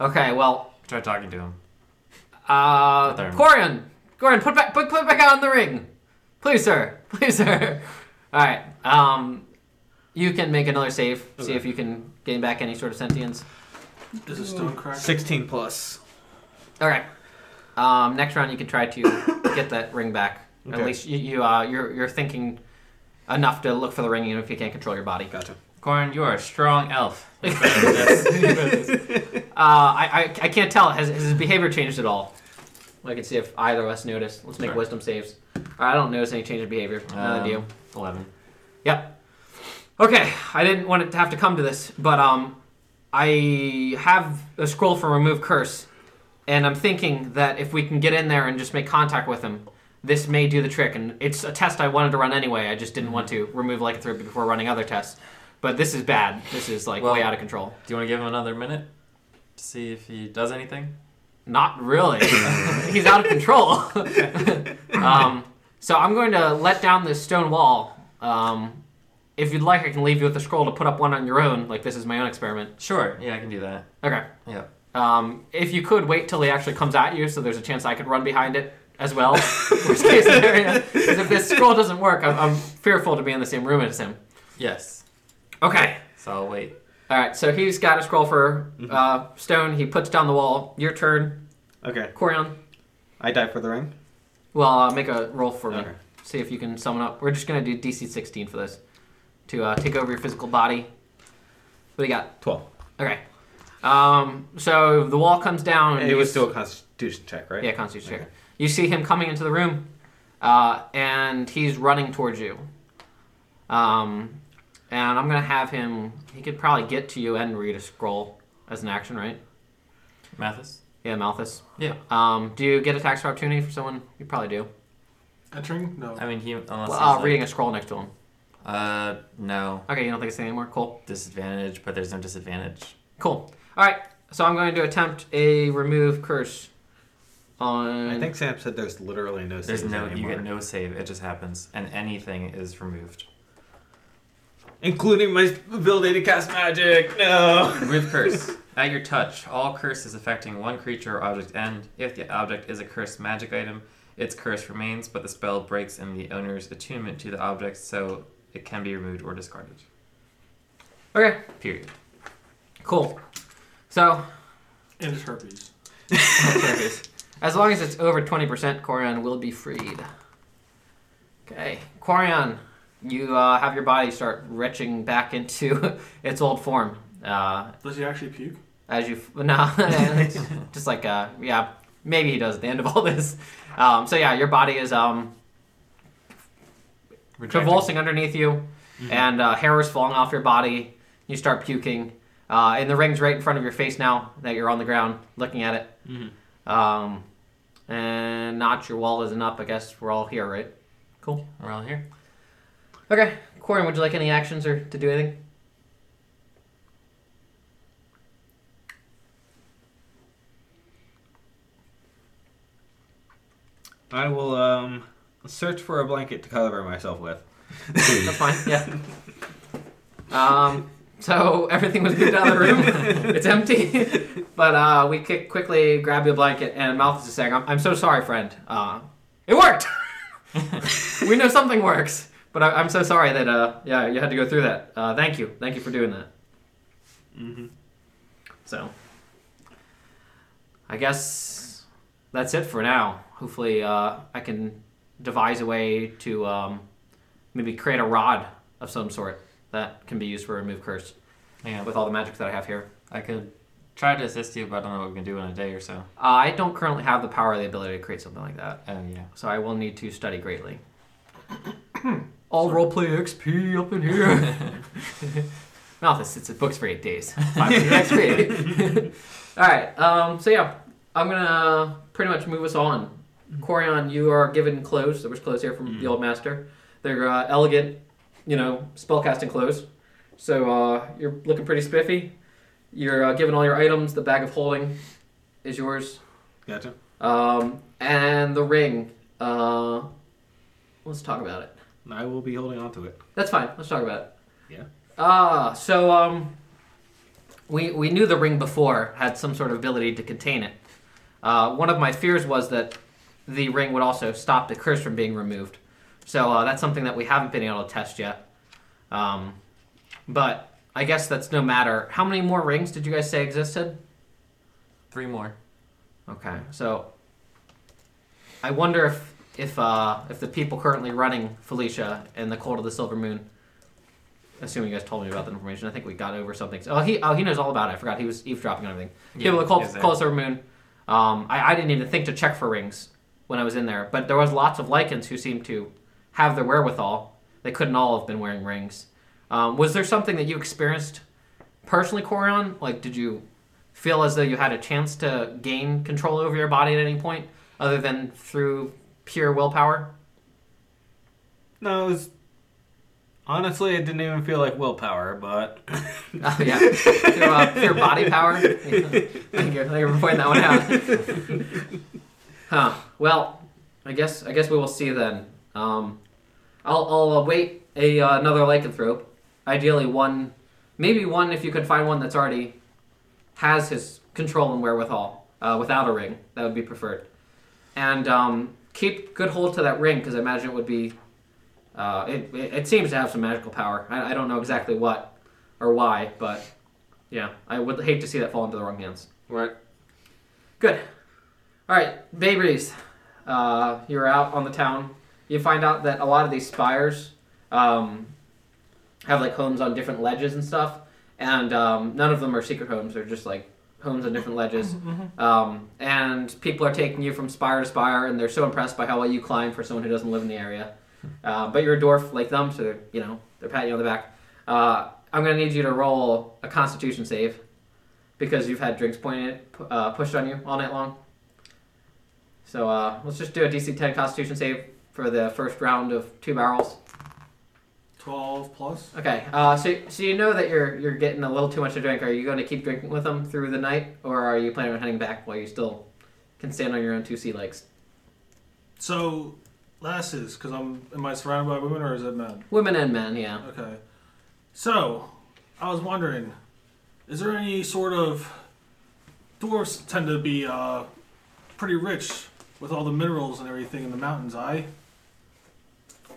Speaker 2: Okay, well,
Speaker 3: Try talking to him.
Speaker 2: uh,
Speaker 3: There.
Speaker 2: Corian! Corian, put back, put, put back on the ring! Please, sir. <laughs> Please, sir. Alright, um, you can make another save, see
Speaker 5: Okay.
Speaker 2: if you can gain back any sort of sentience.
Speaker 4: Is a stone crack?
Speaker 5: 16 plus.
Speaker 2: Okay. Um, next round, you can try to get that ring back. At
Speaker 5: Okay.
Speaker 2: least you, you uh, you're you're thinking enough to look for the ring, even if you can't control your body.
Speaker 5: Gotcha.
Speaker 3: Corn, you are a strong <laughs> elf. You better than this. You better than this.
Speaker 2: <laughs> Uh, I, I I can't tell. Has, has his behavior changed at all? I can see if either of us noticed. Let's make
Speaker 3: Sure.
Speaker 2: wisdom saves. All right, I don't notice any change in behavior. None
Speaker 3: Um,
Speaker 2: of you.
Speaker 3: Eleven.
Speaker 2: Yep. Okay, I didn't want it to have to come to this, but um, I have a scroll for remove curse, and I'm thinking that if we can get in there and just make contact with him, this may do the trick. And it's a test I wanted to run anyway. I just didn't want to remove like a three before running other tests. But this is bad. This is like
Speaker 3: Well-
Speaker 2: way out of control.
Speaker 3: Do you want to give him another minute to see if he does anything?
Speaker 2: Not really. <laughs> He's out of control. um, so I'm going to let down this stone wall. Um, if you'd like, I can leave you with a scroll to put up one on your own. Like this is my own experiment.
Speaker 3: Sure. Yeah, I can do that.
Speaker 2: Okay.
Speaker 3: Yeah.
Speaker 2: Um, if you could wait till he actually comes at you, so there's a chance I could run behind it as well. Worst case scenario. 'Cause if this scroll doesn't work, I'm, I'm fearful to be in the same room as him.
Speaker 3: Yes.
Speaker 2: Okay.
Speaker 3: So I'll wait.
Speaker 2: All right. So he's got a scroll for uh, stone. He puts down the wall. Your turn,
Speaker 5: Okay.
Speaker 2: Corion.
Speaker 5: I die for the ring.
Speaker 2: Well, uh, make a roll for me.
Speaker 5: Okay.
Speaker 2: See if you can summon up. We're just gonna do DC 16 for this to uh, take over your physical body. What do you got?
Speaker 5: 12.
Speaker 2: Okay. Um, so the wall comes down. and
Speaker 5: It
Speaker 2: you
Speaker 5: was
Speaker 2: s-
Speaker 5: still a constitution check, right?
Speaker 2: Yeah, Constitution check. You see him coming into the room, uh, and he's running towards you. Um, and I'm gonna have him. He could probably get to you and read a scroll as an action, right?
Speaker 3: Mathis.
Speaker 2: Yeah, Malthus.
Speaker 3: Yeah.
Speaker 2: Um, do you get a tax opportunity for someone? You probably do.
Speaker 4: Entering? No.
Speaker 3: I mean, he unless
Speaker 2: Well,
Speaker 3: he's
Speaker 2: uh,
Speaker 3: like-
Speaker 2: reading a scroll next to him.
Speaker 3: Uh, no
Speaker 2: Okay, you don't think it's anymore. Cool.
Speaker 3: disadvantage, but there's no disadvantage.
Speaker 2: Cool. All right. So I'm going to attempt a remove curse on.
Speaker 5: I think Sam said there's literally no
Speaker 3: There's
Speaker 5: saves
Speaker 3: no, you
Speaker 5: anymore.
Speaker 3: get no save. It just happens, and anything is removed
Speaker 5: Including my ability to cast magic. No. <laughs>
Speaker 3: with curse. At your touch, all curses affecting one creature or object end. If the object is a cursed magic item, its curse remains, but the spell breaks in the owner's attunement to the object, so it can be removed or discarded.
Speaker 2: Okay.
Speaker 3: Period.
Speaker 2: Cool. So oh,
Speaker 4: And it's herpes.
Speaker 2: As long as it's over 20%, Corian will be freed. Okay. Corian, you uh, have your body start retching back into <laughs> its old form. Uh,
Speaker 4: Does he actually puke?
Speaker 2: as you. <laughs> No, it's just like, uh, yeah, maybe he does at the end of all this. Um, so, yeah, your body is um,
Speaker 3: Retracting.
Speaker 2: convulsing underneath you,
Speaker 3: Mm-hmm.
Speaker 2: and uh, hair is falling off your body. You start puking. Uh, and the ring's right in front of your face now that you're on the ground looking at it.
Speaker 3: Mm-hmm.
Speaker 2: Um, and not your wall isn't up. I guess we're all here, right? Cool.
Speaker 3: We're all here.
Speaker 2: Okay, Corin, would you like any actions or to do anything?
Speaker 5: I will um search for a blanket to cover myself with.
Speaker 2: That's fine. Yeah. Um, So everything was moved out of the room. it's empty. but uh, we kick, quickly grab your blanket, and Mouth is just saying, I'm, I'm so sorry, friend. Uh, it worked! <laughs> we know something works. But I, I'm so sorry that, uh, yeah, you had to go through that. Uh, thank you. Thank you for doing that. So, I guess that's it for now. Hopefully, uh, I can devise a way to um, maybe create a rod of some sort that can be used for remove curse
Speaker 3: Yeah,
Speaker 2: with all the magic that I have here.
Speaker 3: I could try to assist you, but I don't know what we can do in a day or so.
Speaker 2: Uh, I don't currently have the power or the ability to create something like that,
Speaker 3: Oh yeah.
Speaker 2: so I will need to study <clears throat> greatly. all roleplay XP up in <laughs> here. Malthus sits at books for eight <laughs> days. Five minutes XP. <laughs> all right. Um, so yeah, I'm gonna pretty much move us on. Corian, you are given clothes. There was clothes here from the old master. They're uh, elegant, you know, spellcasting clothes. So uh, you're looking pretty spiffy. You're uh, given all your items. The bag of holding is yours.
Speaker 4: Gotcha.
Speaker 2: Um, and the ring. Uh, let's talk about it.
Speaker 4: I will be holding on to it.
Speaker 2: That's fine. Let's talk about it.
Speaker 4: Yeah.
Speaker 2: Ah, so um, we we knew the ring before had some sort of ability to contain it. Uh, one of my fears was that the ring would also stop the curse from being removed. So uh, that's something that we haven't been able to test yet. Um, but I guess that's no matter. How many more rings did you guys say existed?
Speaker 3: Three more.
Speaker 2: Okay, so I wonder if if uh, if the people currently running Felicia and the Cold of the Silver Moon, assuming you guys told me about the information, I think we got over something. Oh, he oh he knows all about it. I forgot he was eavesdropping on everything.
Speaker 3: Yeah,
Speaker 2: people of the Cold,
Speaker 3: exactly.
Speaker 2: Cold of the Silver Moon. Um, I, I didn't even think to check for rings when I was in there, but there was lots of lycans who seemed to have the wherewithal. They couldn't all have been wearing rings. Um, was there something that you experienced personally, Corion? Like, did you feel as though you had a chance to gain control over your body at any point other than through pure willpower?
Speaker 5: No, it was, honestly, I didn't even feel like willpower, but
Speaker 2: <laughs> Oh, yeah. through uh, pure body power? Yeah. Thank you. Thank you for pointing that one out. huh. Well, I guess I guess we will see then. Um, I'll, I'll await a, uh, another lycanthrope. Ideally, one, maybe one if you could find one that's already has his control and wherewithal uh, without a ring. That would be preferred. And um, keep good hold to that ring because I imagine it would be. Uh, it, it, it seems to have some magical power. I, I don't know exactly what or why, but yeah, I would hate to see that fall into the wrong hands.
Speaker 5: right.
Speaker 2: Good. All right, Bay Breeze. Uh, you're out on the town. You find out that a lot of these spires um, have like homes on different ledges and stuff, and um, none of them are secret homes. They're just like homes on different ledges. Um, and people are taking you from spire to spire, and they're so impressed by how well you climb for someone who doesn't live in the area. Uh, but you're a dwarf like them, so they're, you know they're patting you on the back. Uh, I'm gonna need you to roll a Constitution save because you've had drinks pointed uh, pushed on you all night long. So uh, let's just do a DC 10 Constitution save for the first round of two barrels.
Speaker 4: Twelve plus.
Speaker 2: Okay, uh, so so you know that you're you're getting a little too much to drink. Are you going to keep drinking with them through the night, or are you planning on heading back while you still can stand on your own two sea legs?
Speaker 4: So, lasses, because I'm am I surrounded by women or is it men?
Speaker 2: Women and men, yeah.
Speaker 4: Okay. So, I was wondering, is there any sort of dwarves tend to be uh, pretty rich with all the minerals and everything in the mountains? I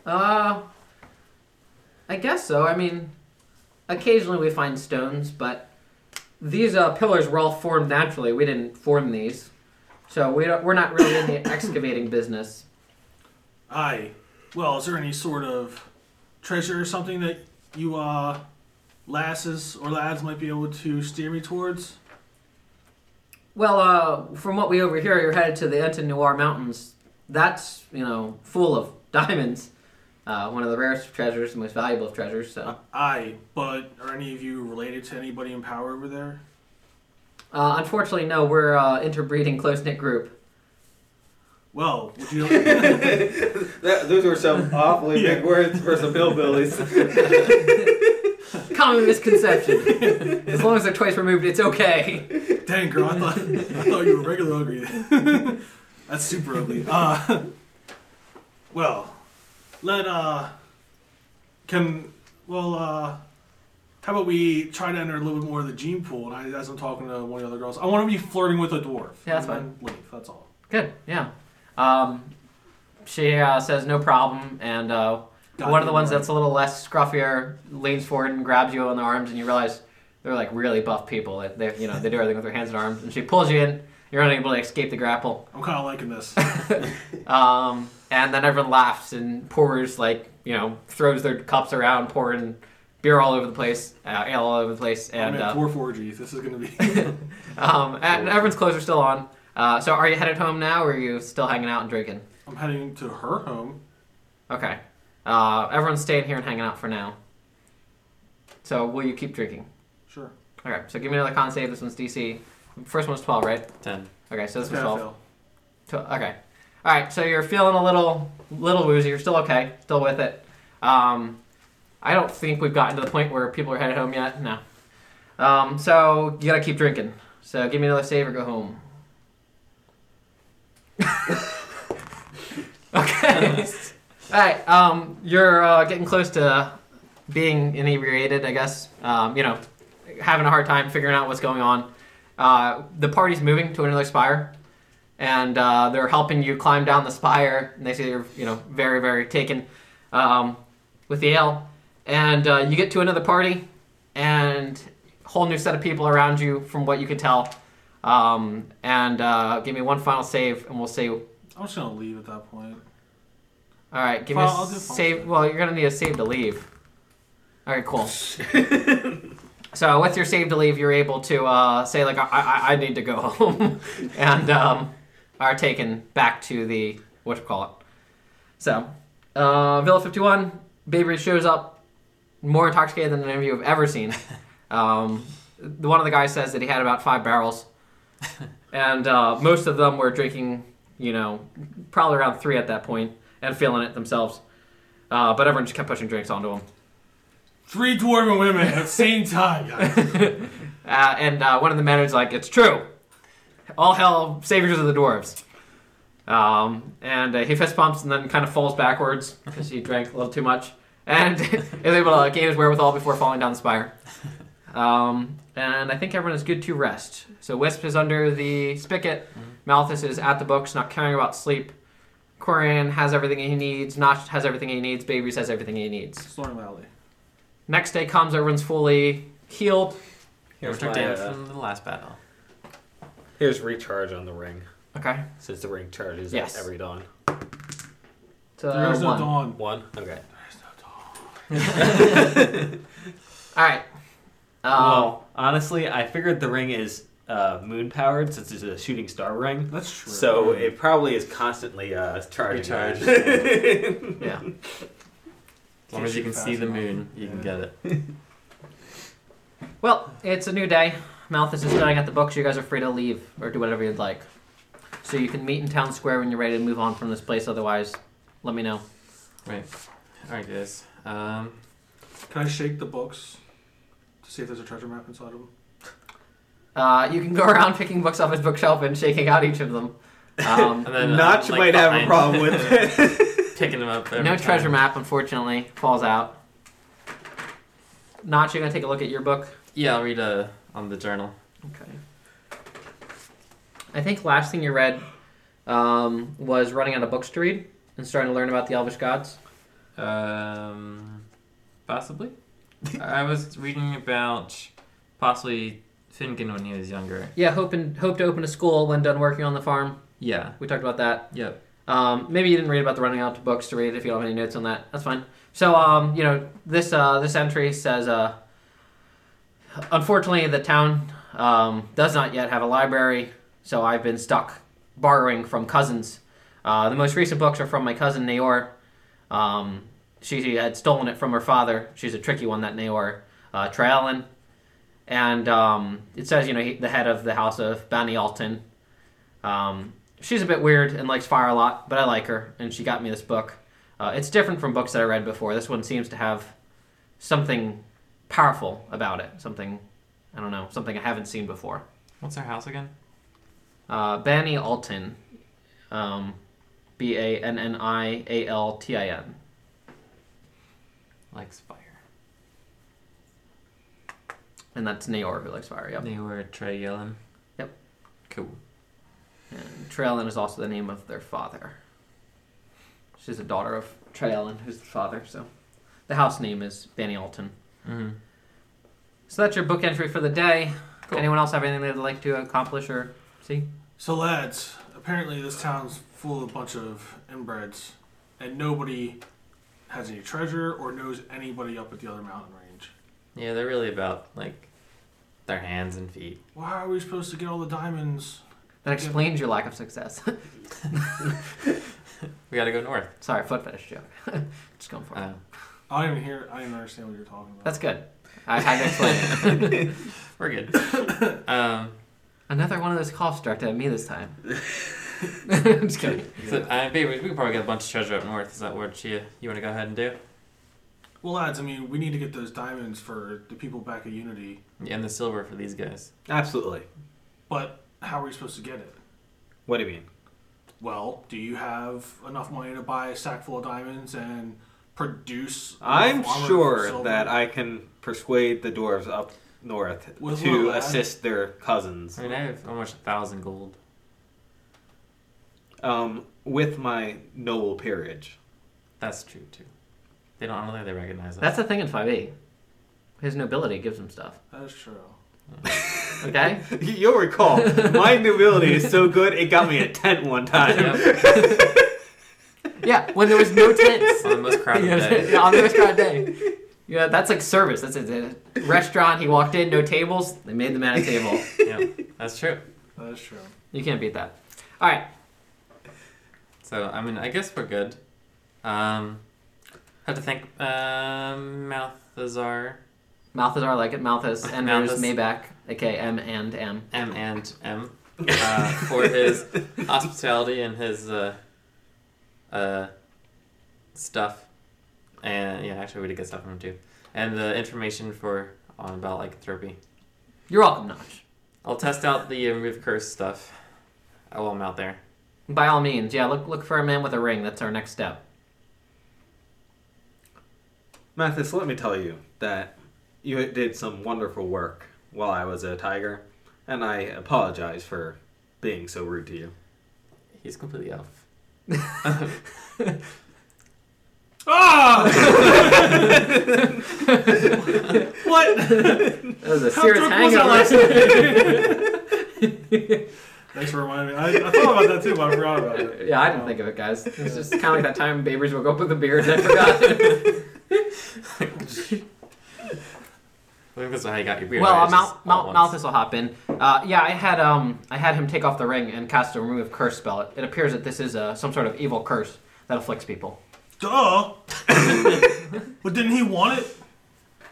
Speaker 2: Uh, I guess so. I mean, occasionally we find stones, but these uh, pillars were all formed naturally. We didn't form these, so we don't, we're not really in the excavating business.
Speaker 4: I well, is there any sort of treasure or something that you uh, lasses or lads might be able to steer me towards?
Speaker 2: Well, uh, from what we overhear, you're headed to the Enten Noir Mountains. That's, you know, full of <laughs> diamonds. Uh, one of the rarest of treasures, the most valuable of treasures. So,
Speaker 4: I. But are any of you related to anybody in power over there?
Speaker 2: uh, unfortunately, no, we're uh, interbreeding, close knit group.
Speaker 4: Well, would you?
Speaker 5: That, <laughs> those were some <laughs> awfully big words for some hillbillies.
Speaker 2: Common misconception. as long as they're twice removed, it's okay.
Speaker 4: Dang, girl, I thought, I thought you were regular ugly. <laughs> That's super ugly. Uh, well, let, uh, can, well, uh, How about we try to enter a little bit more of the gene pool? And I, as I'm talking to one of the other girls, I want to be flirting with a dwarf.
Speaker 2: Yeah, that's
Speaker 4: and then Leave. That's all.
Speaker 2: Good. Yeah. Um, she uh, says no problem, and uh,
Speaker 4: God
Speaker 2: one of the
Speaker 4: damn
Speaker 2: ones
Speaker 4: right.
Speaker 2: that's a little less scruffier leans forward and grabs you on the arms, and you realize they're like really buff people. They, they you know, they do everything with their hands and arms, and she pulls you in. You're unable to escape the grapple,
Speaker 4: I'm kind of
Speaker 2: <laughs>
Speaker 4: liking this.
Speaker 2: um, and then everyone laughs and pours like you know throws their cups around, pouring beer all over the place, uh, ale all over the place,
Speaker 4: I
Speaker 2: and
Speaker 4: mean,
Speaker 2: uh,
Speaker 4: dwarf orgies. This is
Speaker 2: <laughs>
Speaker 4: gonna be.
Speaker 2: um, and everyone's clothes are still on. Uh, so are you headed home now, or are you still hanging out and drinking?
Speaker 4: I'm heading to her home.
Speaker 2: Okay. Uh, everyone's staying here and hanging out for now. So will you keep drinking?
Speaker 4: Sure.
Speaker 2: Okay. So give me another con save. This one's DC. First one's twelve, right?
Speaker 3: Ten.
Speaker 2: Okay. So this
Speaker 4: Okay,
Speaker 2: one's 12.
Speaker 4: I fail.
Speaker 2: Tw- okay. All right. So you're feeling a little little woozy. You're still okay. Still with it. Um, I don't think we've gotten to the point where people are headed home yet. No. Um, so you gotta keep drinking. So give me another save or go home. <laughs> okay. All right. Um, you're uh, getting close to being inebriated, I guess. Um, you know, having a hard time figuring out what's going on. Uh, the party's moving to another spire, and uh, they're helping you climb down the spire. And they say you're, you know, very, very taken um, with the ale. And uh, you get to another party, and a whole new set of people around you, from what you can tell. Um, and uh, give me one final save, and we'll say, all
Speaker 4: I'm just gonna leave at that point.
Speaker 2: right, give
Speaker 4: Well, I'll
Speaker 2: me
Speaker 4: do
Speaker 2: a
Speaker 4: final
Speaker 2: save.
Speaker 4: save.
Speaker 2: Well, you're gonna need a save to leave. All right,
Speaker 4: <laughs>
Speaker 2: cool. So with your save to leave, you're able to uh, say like I, I, I need to go <laughs> home, and um, are taken back to the what you call it. So uh, Villa Fifty One, Baby shows up more intoxicated than any of you have ever seen. <laughs> Um, the- one of the guys says that he had about five
Speaker 4: <laughs>
Speaker 2: barrels, and uh, most of them were drinking, you know, probably around three at that point, and feeling it themselves. Uh, but everyone just kept pushing drinks onto him.
Speaker 4: Three dwarven women at the same time, guys.
Speaker 2: Uh, and uh, one of the men is like, "It's true. All hell, saviors of the dwarves." Um, and uh, he fist pumps and then kind of falls backwards because he drank a little too much, and <laughs> is able to gain his wherewithal before falling down the spire. Um, and I think everyone is good to rest. So Wisp is under the spigot. Malthus is at the books, not caring about sleep. Corian has everything he needs. Notch has everything he needs. Babies has everything he needs.
Speaker 4: Snoring loudly.
Speaker 2: Next day comes, everyone's fully healed.
Speaker 3: Yeah, we
Speaker 5: Here's,
Speaker 3: took
Speaker 5: my,
Speaker 3: damage
Speaker 5: uh,
Speaker 3: from the last battle.
Speaker 5: here's recharge on the ring,
Speaker 2: Okay.
Speaker 5: since the ring charges
Speaker 2: Yes.
Speaker 5: at every dawn.
Speaker 2: So
Speaker 4: There's no
Speaker 2: Uh, one.
Speaker 4: dawn.
Speaker 5: One? Okay.
Speaker 2: All right. Um,
Speaker 6: well, honestly, I figured the ring is uh, moon powered since it's a shooting star ring.
Speaker 4: That's true.
Speaker 5: So it probably is constantly uh, charging. <laughs>
Speaker 3: Recharged.
Speaker 2: yeah.
Speaker 3: As long as you can see the moon, you can
Speaker 4: Yeah.
Speaker 3: get it.
Speaker 2: Well, it's a new day. Malthus is staring at the books. You guys are free to leave or do whatever you'd like. So you can meet in town square when you're ready to move on from this place. Otherwise, let me know.
Speaker 3: All right, guys. Um,
Speaker 4: Can I shake the books to see if there's a treasure map inside of them?
Speaker 2: Uh, you can go <laughs> around picking books off his bookshelf and shaking out each of them. Um,
Speaker 5: <laughs>
Speaker 3: and then, uh,
Speaker 5: Notch
Speaker 3: like,
Speaker 5: might have a
Speaker 3: behind-
Speaker 5: problem with
Speaker 3: <laughs>
Speaker 5: it. <laughs>
Speaker 3: picking them up. Every
Speaker 2: no
Speaker 3: time.
Speaker 2: treasure map, unfortunately, falls out. Notch, you're gonna take a look at your book.
Speaker 3: Yeah, I'll read uh, on the journal.
Speaker 2: Okay. I think last thing you read um, was running out of books to read and starting to learn about the Elvish gods.
Speaker 3: Um, possibly. I was reading about possibly Finnegan when he was younger.
Speaker 2: Yeah, hope and hope to open a school when done working on the farm.
Speaker 3: Yeah.
Speaker 2: We talked about that.
Speaker 3: Yep.
Speaker 2: Um, maybe you didn't read about the running out of books to read if you don't have any notes on that. That's fine. So um, you know this uh, this entry says uh, unfortunately the town um, does not yet have a library, so I've been stuck borrowing from cousins. Uh, the most recent books are from my cousin Naor. Um, she had stolen it from her father. She's a tricky one, that Naor uh, Traelin. And um, it says, you know, he, the head of the house of Banialton. Um, she's a bit weird and likes fire a lot, but I like her, and she got me this book. Uh, it's different from books that I read before. This one seems to have something powerful about it. Something, I don't know, something I haven't seen before.
Speaker 3: What's our house again?
Speaker 2: Uh, Banny Alton. Um, B A N N I A L T I N.
Speaker 3: Likes fire.
Speaker 2: And that's Naor who likes fire, yep.
Speaker 3: They were Trey Yellen.
Speaker 2: Yep.
Speaker 3: Cool.
Speaker 2: And Traelin is also the name of their father. She's a daughter of Traelin, who's the father, so. The house name is Banny Alton.
Speaker 3: Mm-hmm.
Speaker 2: So that's your book entry for the day.
Speaker 3: Cool.
Speaker 2: Anyone else have anything they'd like to accomplish or see?
Speaker 4: So, lads, apparently this town's full of a bunch of inbreds, and nobody has any treasure or knows anybody up at the other mountain range.
Speaker 3: Yeah, they're really about like their hands and feet.
Speaker 4: Why are we supposed to get all the diamonds?
Speaker 2: That explains your lack of success. <laughs>
Speaker 3: We gotta go north.
Speaker 2: Sorry, foot fetish joke. <laughs> Just going for it.
Speaker 3: Uh,
Speaker 4: I didn't even hear. I didn't understand what you're talking about.
Speaker 2: That's good. I, I can explain it.
Speaker 3: <laughs> we're good. <laughs> um,
Speaker 2: Another one of those coughs directed at me this
Speaker 3: <laughs>
Speaker 2: time. <laughs> I'm just kidding.
Speaker 3: so, uh, babe, we can probably get a bunch of treasure up north. Is that what you you want to go ahead and do?
Speaker 4: well, lads. I mean, we need to get those diamonds for the people back at Unity.
Speaker 3: And the silver for these guys.
Speaker 5: Absolutely.
Speaker 4: But how are we supposed to get it?
Speaker 6: What do you mean?
Speaker 4: Well, do you have enough money to buy a sack full of diamonds and produce? enough
Speaker 5: I'm
Speaker 4: armor for
Speaker 5: sure
Speaker 4: silver?
Speaker 5: that I can persuade the dwarves up north
Speaker 4: With
Speaker 5: to
Speaker 4: what, lad?
Speaker 5: assist their cousins.
Speaker 3: I mean, I have almost a thousand gold.
Speaker 5: Um, with my noble peerage. <laughs>
Speaker 3: That's true too. They don't. I don't think they recognize us.
Speaker 2: That's the thing in 5e. His nobility gives him stuff.
Speaker 4: That is true.
Speaker 3: <laughs>
Speaker 2: Okay?
Speaker 4: <laughs>
Speaker 5: You'll recall, my nobility is so good it got me a tent one time.
Speaker 3: Yep.
Speaker 2: yeah, when there was no tents.
Speaker 3: <laughs> on the most crowded day.
Speaker 2: <laughs> yeah, on the restaurant day. Yeah, that's like service. That's a, a restaurant. He walked in, no tables. They made the man a
Speaker 3: <laughs>
Speaker 2: table.
Speaker 3: Yep. That's true.
Speaker 4: That is true.
Speaker 2: You can't beat that. All right.
Speaker 3: So I mean, I guess we're good. Um, have to thank um, Malthazar
Speaker 2: Malthazar like it.
Speaker 3: <laughs>
Speaker 2: Malthus and there's
Speaker 3: Malthus.
Speaker 2: Maybach, aka M and M.
Speaker 3: M and M uh, for his hospitality and his uh, uh, stuff. And yeah, actually, we did get stuff from him too. And the information for on about lycanthropy.
Speaker 2: You're welcome, Notch.
Speaker 3: I'll test out the remove curse stuff uh, while I'm out there.
Speaker 2: By all means, yeah. Look, look for a man with a ring. That's our next step.
Speaker 5: Mathis, let me tell you that you did some wonderful work while I was a tiger, and I apologize for being so
Speaker 4: <laughs>
Speaker 5: rude to you.
Speaker 3: He's completely off.
Speaker 4: Ah!
Speaker 2: That
Speaker 3: <laughs>
Speaker 2: was a
Speaker 4: How
Speaker 2: serious
Speaker 4: drunk was I
Speaker 2: hangover.
Speaker 4: last night? <laughs> Thanks for reminding me. I, I thought about that too, but I forgot about it.
Speaker 2: <laughs> Yeah, I didn't think of it, guys. It's just kind of like that time Babers woke up with a beard and I
Speaker 3: <laughs>
Speaker 2: forgot.
Speaker 3: I think that's how you got your
Speaker 2: <laughs>
Speaker 3: beard.
Speaker 2: well,
Speaker 3: right?
Speaker 2: uh,
Speaker 3: It's
Speaker 2: Mal-
Speaker 3: just all
Speaker 2: Mal-
Speaker 3: at once.
Speaker 2: Malthus will hop in. Uh, yeah, I had um, I had him take off the ring and cast a remove curse spell. It, it appears that this is uh, some sort of evil curse that afflicts people.
Speaker 4: Duh.
Speaker 2: <laughs>
Speaker 4: but didn't he want it?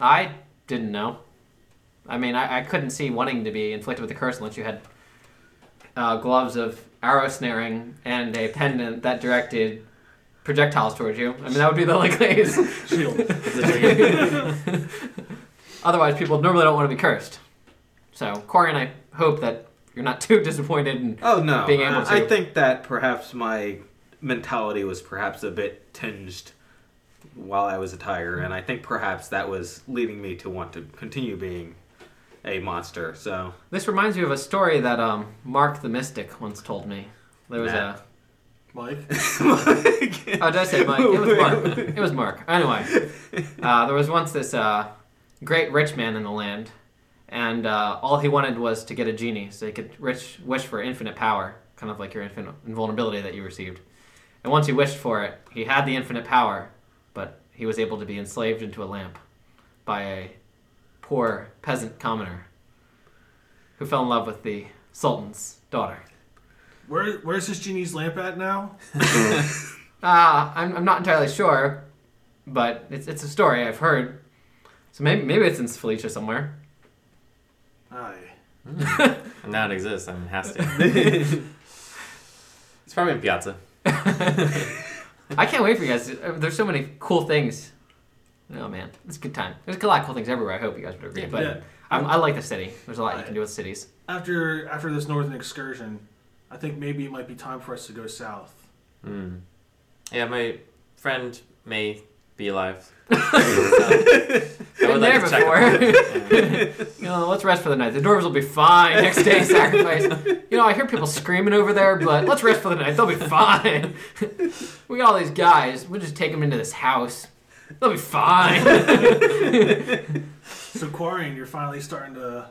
Speaker 2: I didn't know. I mean, I, I couldn't see wanting to be inflicted with a curse unless you had uh, gloves of arrow snaring and a pendant that directed projectiles towards you. I mean, that would be the <laughs> likeliest.
Speaker 4: Shield.
Speaker 2: Otherwise, people normally don't want to be cursed. So, Corey and I hope that you're not <laughs> too disappointed. And
Speaker 5: Oh no!
Speaker 2: Being able
Speaker 5: I- I
Speaker 2: to-
Speaker 5: think that perhaps my mentality was perhaps a bit tinged while I was a tiger, and I think perhaps that was leading me to want to continue being a monster. So
Speaker 2: this reminds me of a story that um, Mark the Mystic once told me. There was
Speaker 5: Matt.
Speaker 2: a.
Speaker 4: Mike.
Speaker 2: Oh, did I say Mike? It was Mark. It was Mark. Anyway, uh, there was once this uh, great rich man in the land, and uh, all he wanted was to get a genie so he could rich, wish for infinite power, kind of like your infinite invulnerability that you received. And once he wished for it, he had the infinite power, but he was able to be enslaved into a lamp by a poor peasant commoner who fell in love with the sultan's daughter.
Speaker 4: Where, where's this genie's lamp at now?
Speaker 2: Uh, I'm, I'm not entirely sure, but it's, it's a story I've heard. So maybe, maybe it's in Felicia somewhere.
Speaker 4: Aye.
Speaker 3: And now it exists. I mean, it has to. it's probably in Piazza.
Speaker 2: I can't wait for you guys. to- uh, There's so many cool things. Oh man, it's a good time. There's a lot of cool things everywhere. I hope you guys would agree. but
Speaker 4: yeah.
Speaker 2: I'm, I like the city. There's a lot you can do with cities.
Speaker 4: After after this northern excursion, I think maybe it might be time for us to go south.
Speaker 3: Mm. Yeah, my friend May be <laughs> alive. So, I
Speaker 2: Been
Speaker 3: would
Speaker 2: there
Speaker 3: like to check. Yeah.
Speaker 2: <laughs> You know, let's rest for the night. The dwarves will be fine. Next
Speaker 3: <laughs>
Speaker 2: day, sacrifice. You know, I hear people screaming over there, but let's rest for the night. They'll be fine. <laughs> we got all these guys. We'll just take them into this house. They'll be fine.
Speaker 4: So Quarian, you're finally starting to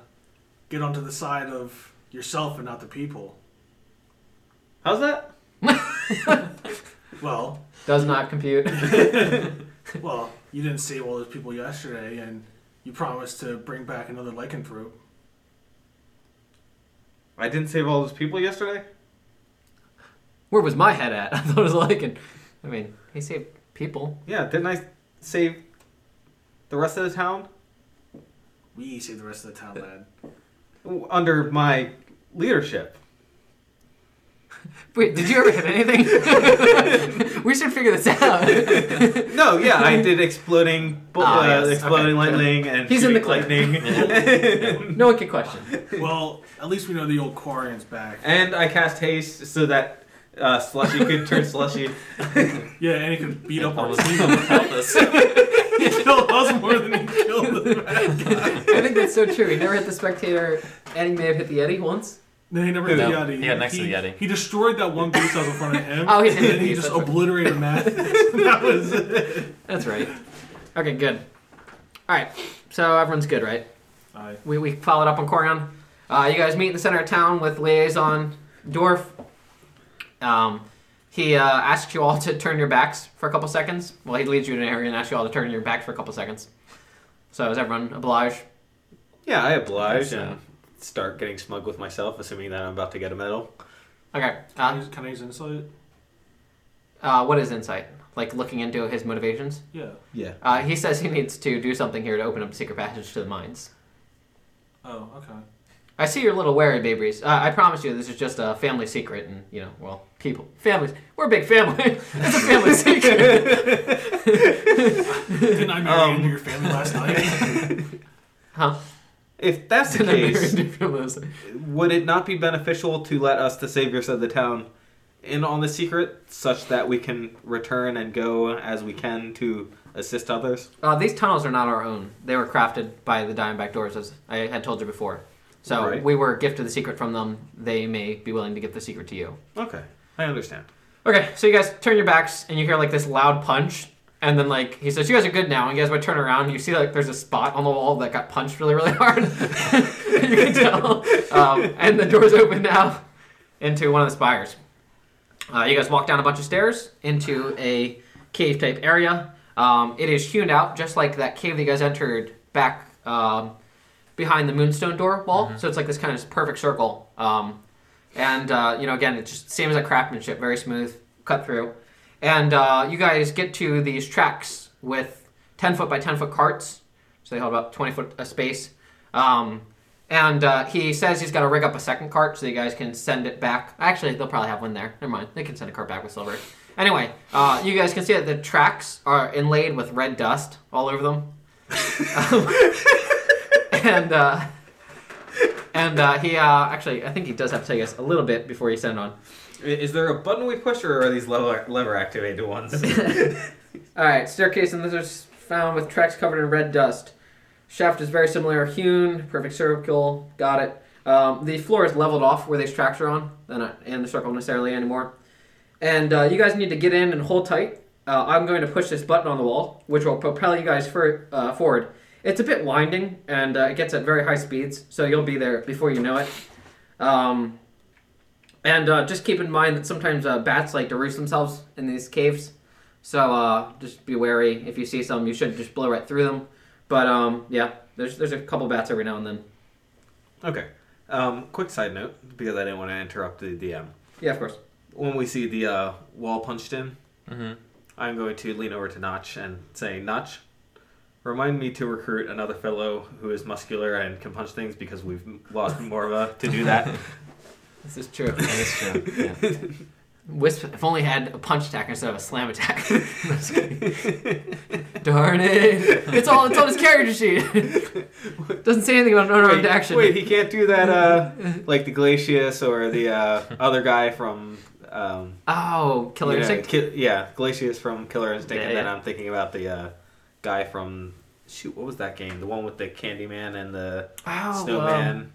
Speaker 4: get onto the side of yourself and not the people.
Speaker 5: How's that?
Speaker 4: Well,
Speaker 2: Does not compute. <laughs>
Speaker 4: well, you didn't save all those people yesterday, and you promised to bring back another lycanthrope.
Speaker 5: I didn't save all those people yesterday.
Speaker 2: Where was my head at? <laughs> I thought it was like, I mean, he saved people.
Speaker 5: Yeah, didn't I save the rest of the town
Speaker 4: We saved the rest of the town, lad.
Speaker 5: under my leadership?
Speaker 2: Wait, did you ever hit anything? <laughs> we should figure this out. <laughs>
Speaker 5: No, yeah, I did exploding, bu-
Speaker 2: Ah,
Speaker 5: uh,
Speaker 2: yes, okay.
Speaker 5: exploding lightning, and
Speaker 2: He's in
Speaker 5: shooting
Speaker 2: the clear. <laughs>
Speaker 5: lightning. <laughs>
Speaker 2: No one can question.
Speaker 4: well, at least we know the old Quarian's back.
Speaker 5: and I cast haste so that uh, slushy could turn slushy.
Speaker 4: Yeah, and he can beat up
Speaker 3: All
Speaker 4: our
Speaker 3: this
Speaker 4: team. <laughs>
Speaker 3: people <laughs> help us. <laughs>
Speaker 4: he killed us more than he killed the bad guy.
Speaker 2: I think that's so true. He never hit the spectator, and he may have hit the Yeti once.
Speaker 4: No, he never hit the
Speaker 3: No,
Speaker 4: Yeti.
Speaker 3: he got next to the Yeti.
Speaker 4: He destroyed that one beast that was in front of him.
Speaker 2: Oh, he
Speaker 4: and
Speaker 2: did hit
Speaker 4: then
Speaker 2: the
Speaker 4: he
Speaker 2: beast,
Speaker 4: just
Speaker 2: that's right.
Speaker 4: obliterated Matt. <laughs> that was it.
Speaker 2: That's right. Okay, good. All right, so everyone's good, right?
Speaker 4: Alright.
Speaker 2: We, we followed up on Corion. Uh, you guys meet in the center of town with liaison dwarf. Um, he uh, asks you all to turn your backs for a couple seconds. Well, he leads you to an area and asks you all to turn your back for a couple seconds. So is everyone obliged?
Speaker 5: Yeah, I oblige
Speaker 3: So-
Speaker 5: and start getting smug with myself, assuming that I'm about to get a medal.
Speaker 2: Okay.
Speaker 4: Can I
Speaker 2: Uh,
Speaker 4: use- can I use insight?
Speaker 2: uh, what is insight? Like looking into his motivations.
Speaker 4: Yeah.
Speaker 5: Yeah.
Speaker 2: Uh, he says he needs to do something here to open up a secret passage to the mines.
Speaker 4: Oh,
Speaker 2: <laughs>
Speaker 4: okay.
Speaker 2: I see you're a little wary, babies. Uh, I promise you, this is just a family secret, and you know, well, people, families. We're a big family. <laughs> it's a family secret.
Speaker 4: Didn't I marry
Speaker 5: Um.
Speaker 4: into your family
Speaker 3: <laughs>
Speaker 4: last night?
Speaker 2: Huh?
Speaker 5: If
Speaker 2: <laughs>
Speaker 5: that's the
Speaker 2: And I'm very
Speaker 5: case,
Speaker 2: different with this.
Speaker 5: would it not be beneficial to let us, the saviors of the town, in on the secret, such that we can return and go as we can to assist others?
Speaker 2: Uh, these tunnels are not our own. They were crafted by the Diamondback Doors, as I had told you before. So
Speaker 5: Right.
Speaker 2: we were gifted the secret from them. They may be willing to give the secret to you.
Speaker 5: Okay, I understand.
Speaker 2: Okay, so you guys turn your backs and you hear like this loud punch, and then like he says, "You guys are good now." And you guys would turn around, and you see like there's a spot on the wall that got punched really, <laughs> really hard. you can tell. Um, and the doors open now into one of the spires. Uh, you guys walk down a bunch of stairs into a cave type area. Um, it is hewn out just like that cave that you guys entered back um, behind the Moonstone Door wall. So it's like this kind of perfect circle. Um, and uh, you know, again, it's just same as that craftsmanship, very smooth, cut through. And uh, you guys get to these tracks with ten foot by ten foot carts, so they hold about twenty foot a space. Um, and uh, he says he's got to rig up a second cart so you guys can send it back. Actually, they'll probably have one there. Never mind, they can send a cart back with silver. Anyway, uh, you guys can see that the tracks are inlaid with red dust all over them. <laughs> Um, and uh, and uh, he uh, actually, I think he does have to tell you guys a little bit before you send on.
Speaker 5: I- Is there a button we push, or are these lever, lever activated ones?
Speaker 2: All right, staircase and lizards found with tracks covered in red dust. Shaft is very similar, hewn, perfect circle. Got it. Um, the floor is leveled off where these tracks are on. They're not in the circle necessarily anymore. And uh, you guys need to get in and hold tight. Uh, I'm going to push this button on the wall, which will propel you guys for, uh, forward. It's a bit winding, and uh, it gets at very high speeds, so you'll be there before you know it. Um, and uh, just keep in mind that sometimes uh, bats like to roost themselves in these caves. So uh, just be wary. If you see some, you should just blow right through them. But um, yeah, there's there's a couple bats every now and then.
Speaker 5: okay. Um, quick side note, because I didn't want to interrupt the DM.
Speaker 2: Yeah, of course.
Speaker 5: When we see the uh, wall punched in,
Speaker 2: Mm-hmm.
Speaker 3: Mhm.
Speaker 5: I'm going to lean over to Notch and say, Notch, remind me to recruit another fellow who is muscular and can punch things because we've
Speaker 2: <laughs>
Speaker 5: lost Morva to do that.
Speaker 2: This is true.
Speaker 3: That is true. Yeah.
Speaker 2: <laughs> Wisp, if only had a punch attack instead of a slam attack. <laughs> I'm just kidding. Darn it! It's all it's on his character sheet. Doesn't say anything about an unarmed
Speaker 5: wait,
Speaker 2: action. <laughs>
Speaker 5: wait, he can't do that, uh, like the Glacius or the uh, other guy from uh, Um,
Speaker 2: Oh, Killer
Speaker 5: you know,
Speaker 2: Instinct.
Speaker 5: Ki- yeah, Glacius from Killer Instinct,
Speaker 2: Yeah,
Speaker 5: and then
Speaker 2: yeah.
Speaker 5: I'm thinking about the uh, guy from shoot, what was that game? The one with the Candyman and the
Speaker 2: Oh,
Speaker 5: Snowman.
Speaker 2: um,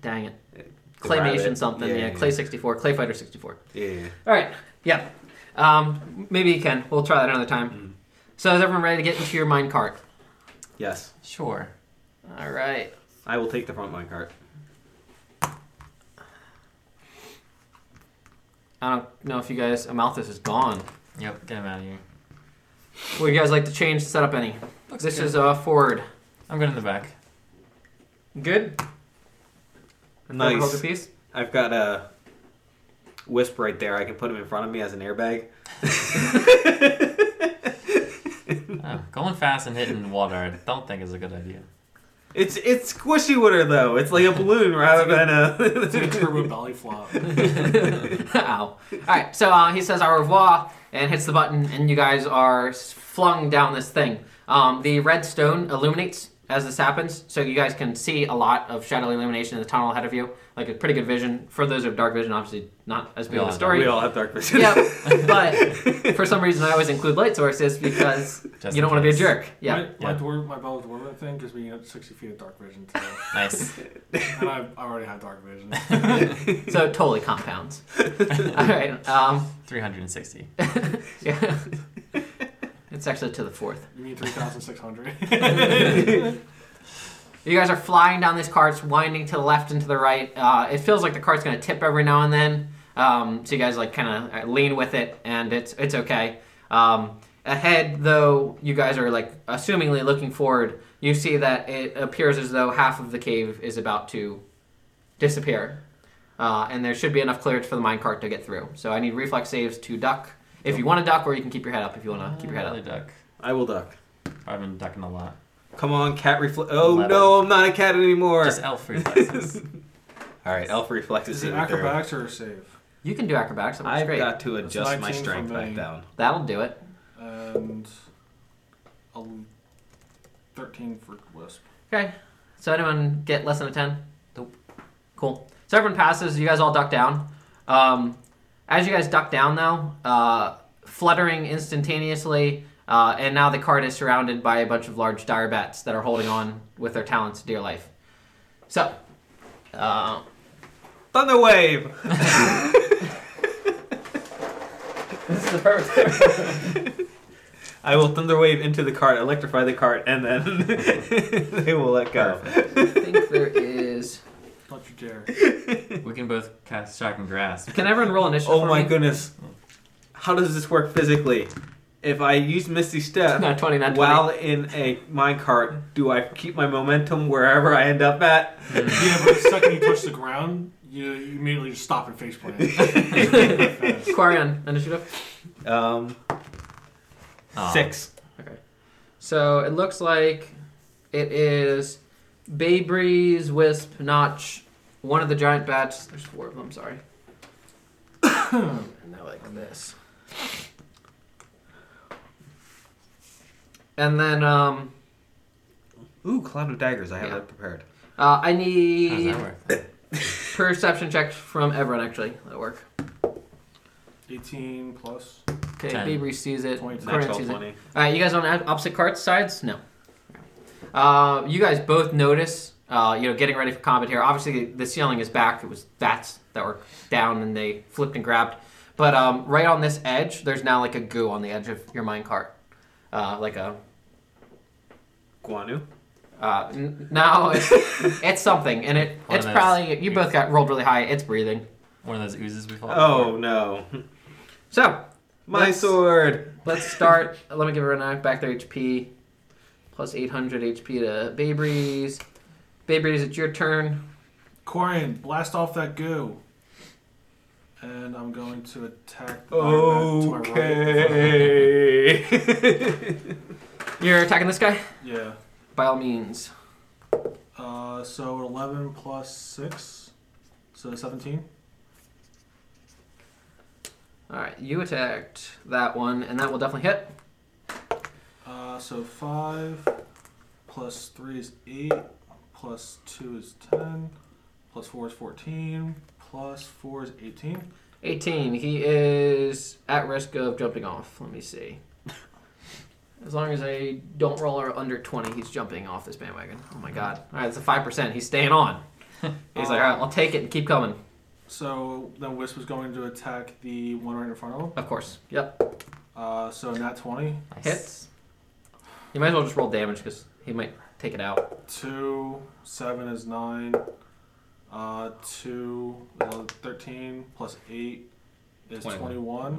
Speaker 2: dang it.
Speaker 5: The
Speaker 2: Claymation
Speaker 5: rabbit.
Speaker 2: something. Yeah, Clay 64, Clay Fighter 64.
Speaker 5: Yeah.
Speaker 2: All right. Yeah. Um, maybe you can. We'll try that another time. So is everyone ready to get into your mine cart?
Speaker 5: Yes,
Speaker 3: Sure.
Speaker 2: All right.
Speaker 5: I will take the front line cart.
Speaker 2: I don't know if you guys. Amalthus is gone.
Speaker 3: Yep, get him out of here.
Speaker 2: Would you guys like to change the setup any?
Speaker 3: Looks
Speaker 2: this
Speaker 3: good.
Speaker 2: is uh, forward.
Speaker 3: I'm good in the back.
Speaker 2: Good. Another
Speaker 5: Nice.
Speaker 2: holder piece.
Speaker 5: I've got a wisp right there. I can put him in front of me as an airbag.
Speaker 3: Oh, going fast and hitting water, I don't think is a good idea.
Speaker 5: It's it's squishy water though. It's like a balloon rather than
Speaker 4: It's like a
Speaker 5: a. <laughs>
Speaker 4: turbo belly flop.
Speaker 2: Ow. All right. So uh, he says au revoir and hits the button, and you guys are s- flung down this thing. Um, the red stone illuminates as this happens, so you guys can see a lot of shadowy illumination in the tunnel ahead of you. Like a pretty good vision. For those who have dark vision, obviously not as big
Speaker 3: We
Speaker 2: of
Speaker 3: all
Speaker 2: a
Speaker 3: have
Speaker 2: story. <laughs>
Speaker 5: we all have dark vision.
Speaker 2: Yep. But for some reason, I always include light sources
Speaker 5: <laughs>
Speaker 2: because
Speaker 3: Just
Speaker 2: you don't want
Speaker 3: in
Speaker 2: to be a
Speaker 3: case.
Speaker 2: jerk. <laughs> Yeah.
Speaker 4: My,
Speaker 3: Yeah.
Speaker 4: my, dwarf, my bell dwarven thing gives me 60 feet of dark vision today.
Speaker 2: <laughs>
Speaker 3: Nice.
Speaker 4: and I, I already have dark vision.
Speaker 2: So it totally
Speaker 5: <laughs>
Speaker 2: compounds. All right. Um, <laughs>
Speaker 3: 360.
Speaker 2: yeah. <laughs> It's actually to the fourth.
Speaker 4: You mean 3,600?
Speaker 2: You guys are flying down these carts, winding to the left and to the right. Uh, it feels like the cart's going to tip every now and then. Um, so you guys like kind of lean with it, and it's it's okay. Um, ahead, though, you guys are like assumingly looking forward. You see that it appears as though half of the cave is about to disappear, uh, and there should be enough clearance for the minecart to get through. So I need reflex saves to duck if you want to duck, or you can keep your head up if you want to keep your head
Speaker 5: Uh,
Speaker 3: Another
Speaker 2: up.
Speaker 3: duck.
Speaker 5: I will duck.
Speaker 3: I've been ducking a lot.
Speaker 5: Come on, cat reflex. Oh
Speaker 3: Eleven.
Speaker 5: no, I'm not a cat anymore.
Speaker 3: Just elf
Speaker 2: <laughs>
Speaker 3: reflexes.
Speaker 5: All right, elf reflexes.
Speaker 4: Is it
Speaker 5: saving throw.
Speaker 4: acrobatics or a save?
Speaker 2: You can do acrobatics. That works
Speaker 5: I've
Speaker 2: great.
Speaker 5: got to adjust my
Speaker 4: 19 for
Speaker 5: strength back
Speaker 4: me.
Speaker 5: down.
Speaker 2: That'll do it.
Speaker 4: And a 13 for Wisp.
Speaker 2: Okay. So anyone get less than a ten? Nope. Cool. So everyone passes. You guys all duck down. Um, as you guys duck down, though, uh, fluttering instantaneously, uh, and now the cart is surrounded by a bunch of large dire bats that are holding on with their talents to dear life. So, uh,
Speaker 5: Thunder wave.
Speaker 2: <laughs> this is the perfect.
Speaker 5: I will thunder wave into the cart, electrify the cart, and then <laughs> they will let go.
Speaker 2: I think there is.
Speaker 4: Don't you dare.
Speaker 3: we can both cast shock and grasp.
Speaker 2: Can everyone roll initiative?
Speaker 5: Oh
Speaker 2: for
Speaker 5: my
Speaker 2: me?
Speaker 5: goodness. How does this work physically? If I use
Speaker 2: <laughs>
Speaker 5: Misty Step
Speaker 2: Not twenty. Not twenty.
Speaker 5: while in a minecart, do I keep my momentum wherever I end up at?
Speaker 4: yeah, but the second you touch the ground, you, you immediately just stop and face plant. <laughs>
Speaker 2: Quarion initiative.
Speaker 5: Um,
Speaker 6: Uh,
Speaker 3: Aw.
Speaker 5: Six.
Speaker 2: Okay. So it looks like it is Bay Breeze, Wisp, Notch, one of the giant bats. There's four of them, sorry. and they're like this. And then um,
Speaker 5: Ooh, Cloud of Daggers. I have
Speaker 2: Yeah.
Speaker 5: that prepared.
Speaker 2: uh, I
Speaker 3: How does
Speaker 2: need
Speaker 3: that work?
Speaker 2: perception checks from everyone, actually. That'll work.
Speaker 4: 18 plus.
Speaker 2: Okay,
Speaker 3: Ten.
Speaker 2: Bay Breeze sees it.
Speaker 4: Twenty.
Speaker 2: Quarion
Speaker 5: Natural
Speaker 2: sees it.
Speaker 5: 20.
Speaker 2: All right, Uh, you guys on opposite cart sides? No. Uh, you guys both notice, uh, you know, getting ready for combat here. Obviously, the ceiling is back. It was bats that were down and they flipped and grabbed. But um, right on this edge, there's now like a goo on the edge of your mine cart. Uh, like a.
Speaker 5: Guanu.
Speaker 2: Uh, n- no,
Speaker 3: <laughs>
Speaker 2: it's, it's something. And it
Speaker 3: One
Speaker 2: it's
Speaker 3: of those.
Speaker 2: probably. You both got rolled really high. It's breathing.
Speaker 3: One of those oozes we fought.
Speaker 5: Oh no.
Speaker 2: So,
Speaker 5: My
Speaker 2: Let's-
Speaker 5: sword.
Speaker 3: <laughs>
Speaker 2: Let's start. let me give her a back their HP. Plus 800 HP to Bay Breeze. Bay Breeze, it's your turn.
Speaker 4: Corian, blast off that goo. And I'm going to attack the back to my right.
Speaker 5: Okay. <laughs>
Speaker 2: You're attacking this guy?
Speaker 4: Yeah.
Speaker 2: By all means.
Speaker 4: Uh, so 11 plus 6. So 17.
Speaker 2: Alright, you attacked that one, and that will definitely hit.
Speaker 4: Uh, so 5 plus 3 is 8. Plus 2 is 10. Plus 4 is 14. Plus 4 is 18.
Speaker 2: 18. He is at risk of jumping off. Let me see. As long as I don't roll her under 20, he's jumping off this bandwagon. Oh my god. All right, that's a 5%. He's staying on. He's like, all right, I'll take it and keep coming.
Speaker 4: So then Wisp is going to attack the one right in front of him.
Speaker 2: Of course. Yep.
Speaker 4: Uh, so nat 20
Speaker 2: Hits. You might as well just roll damage because he might take it out.
Speaker 4: two, seven is nine, uh, two, uh, 13 plus eight is 21,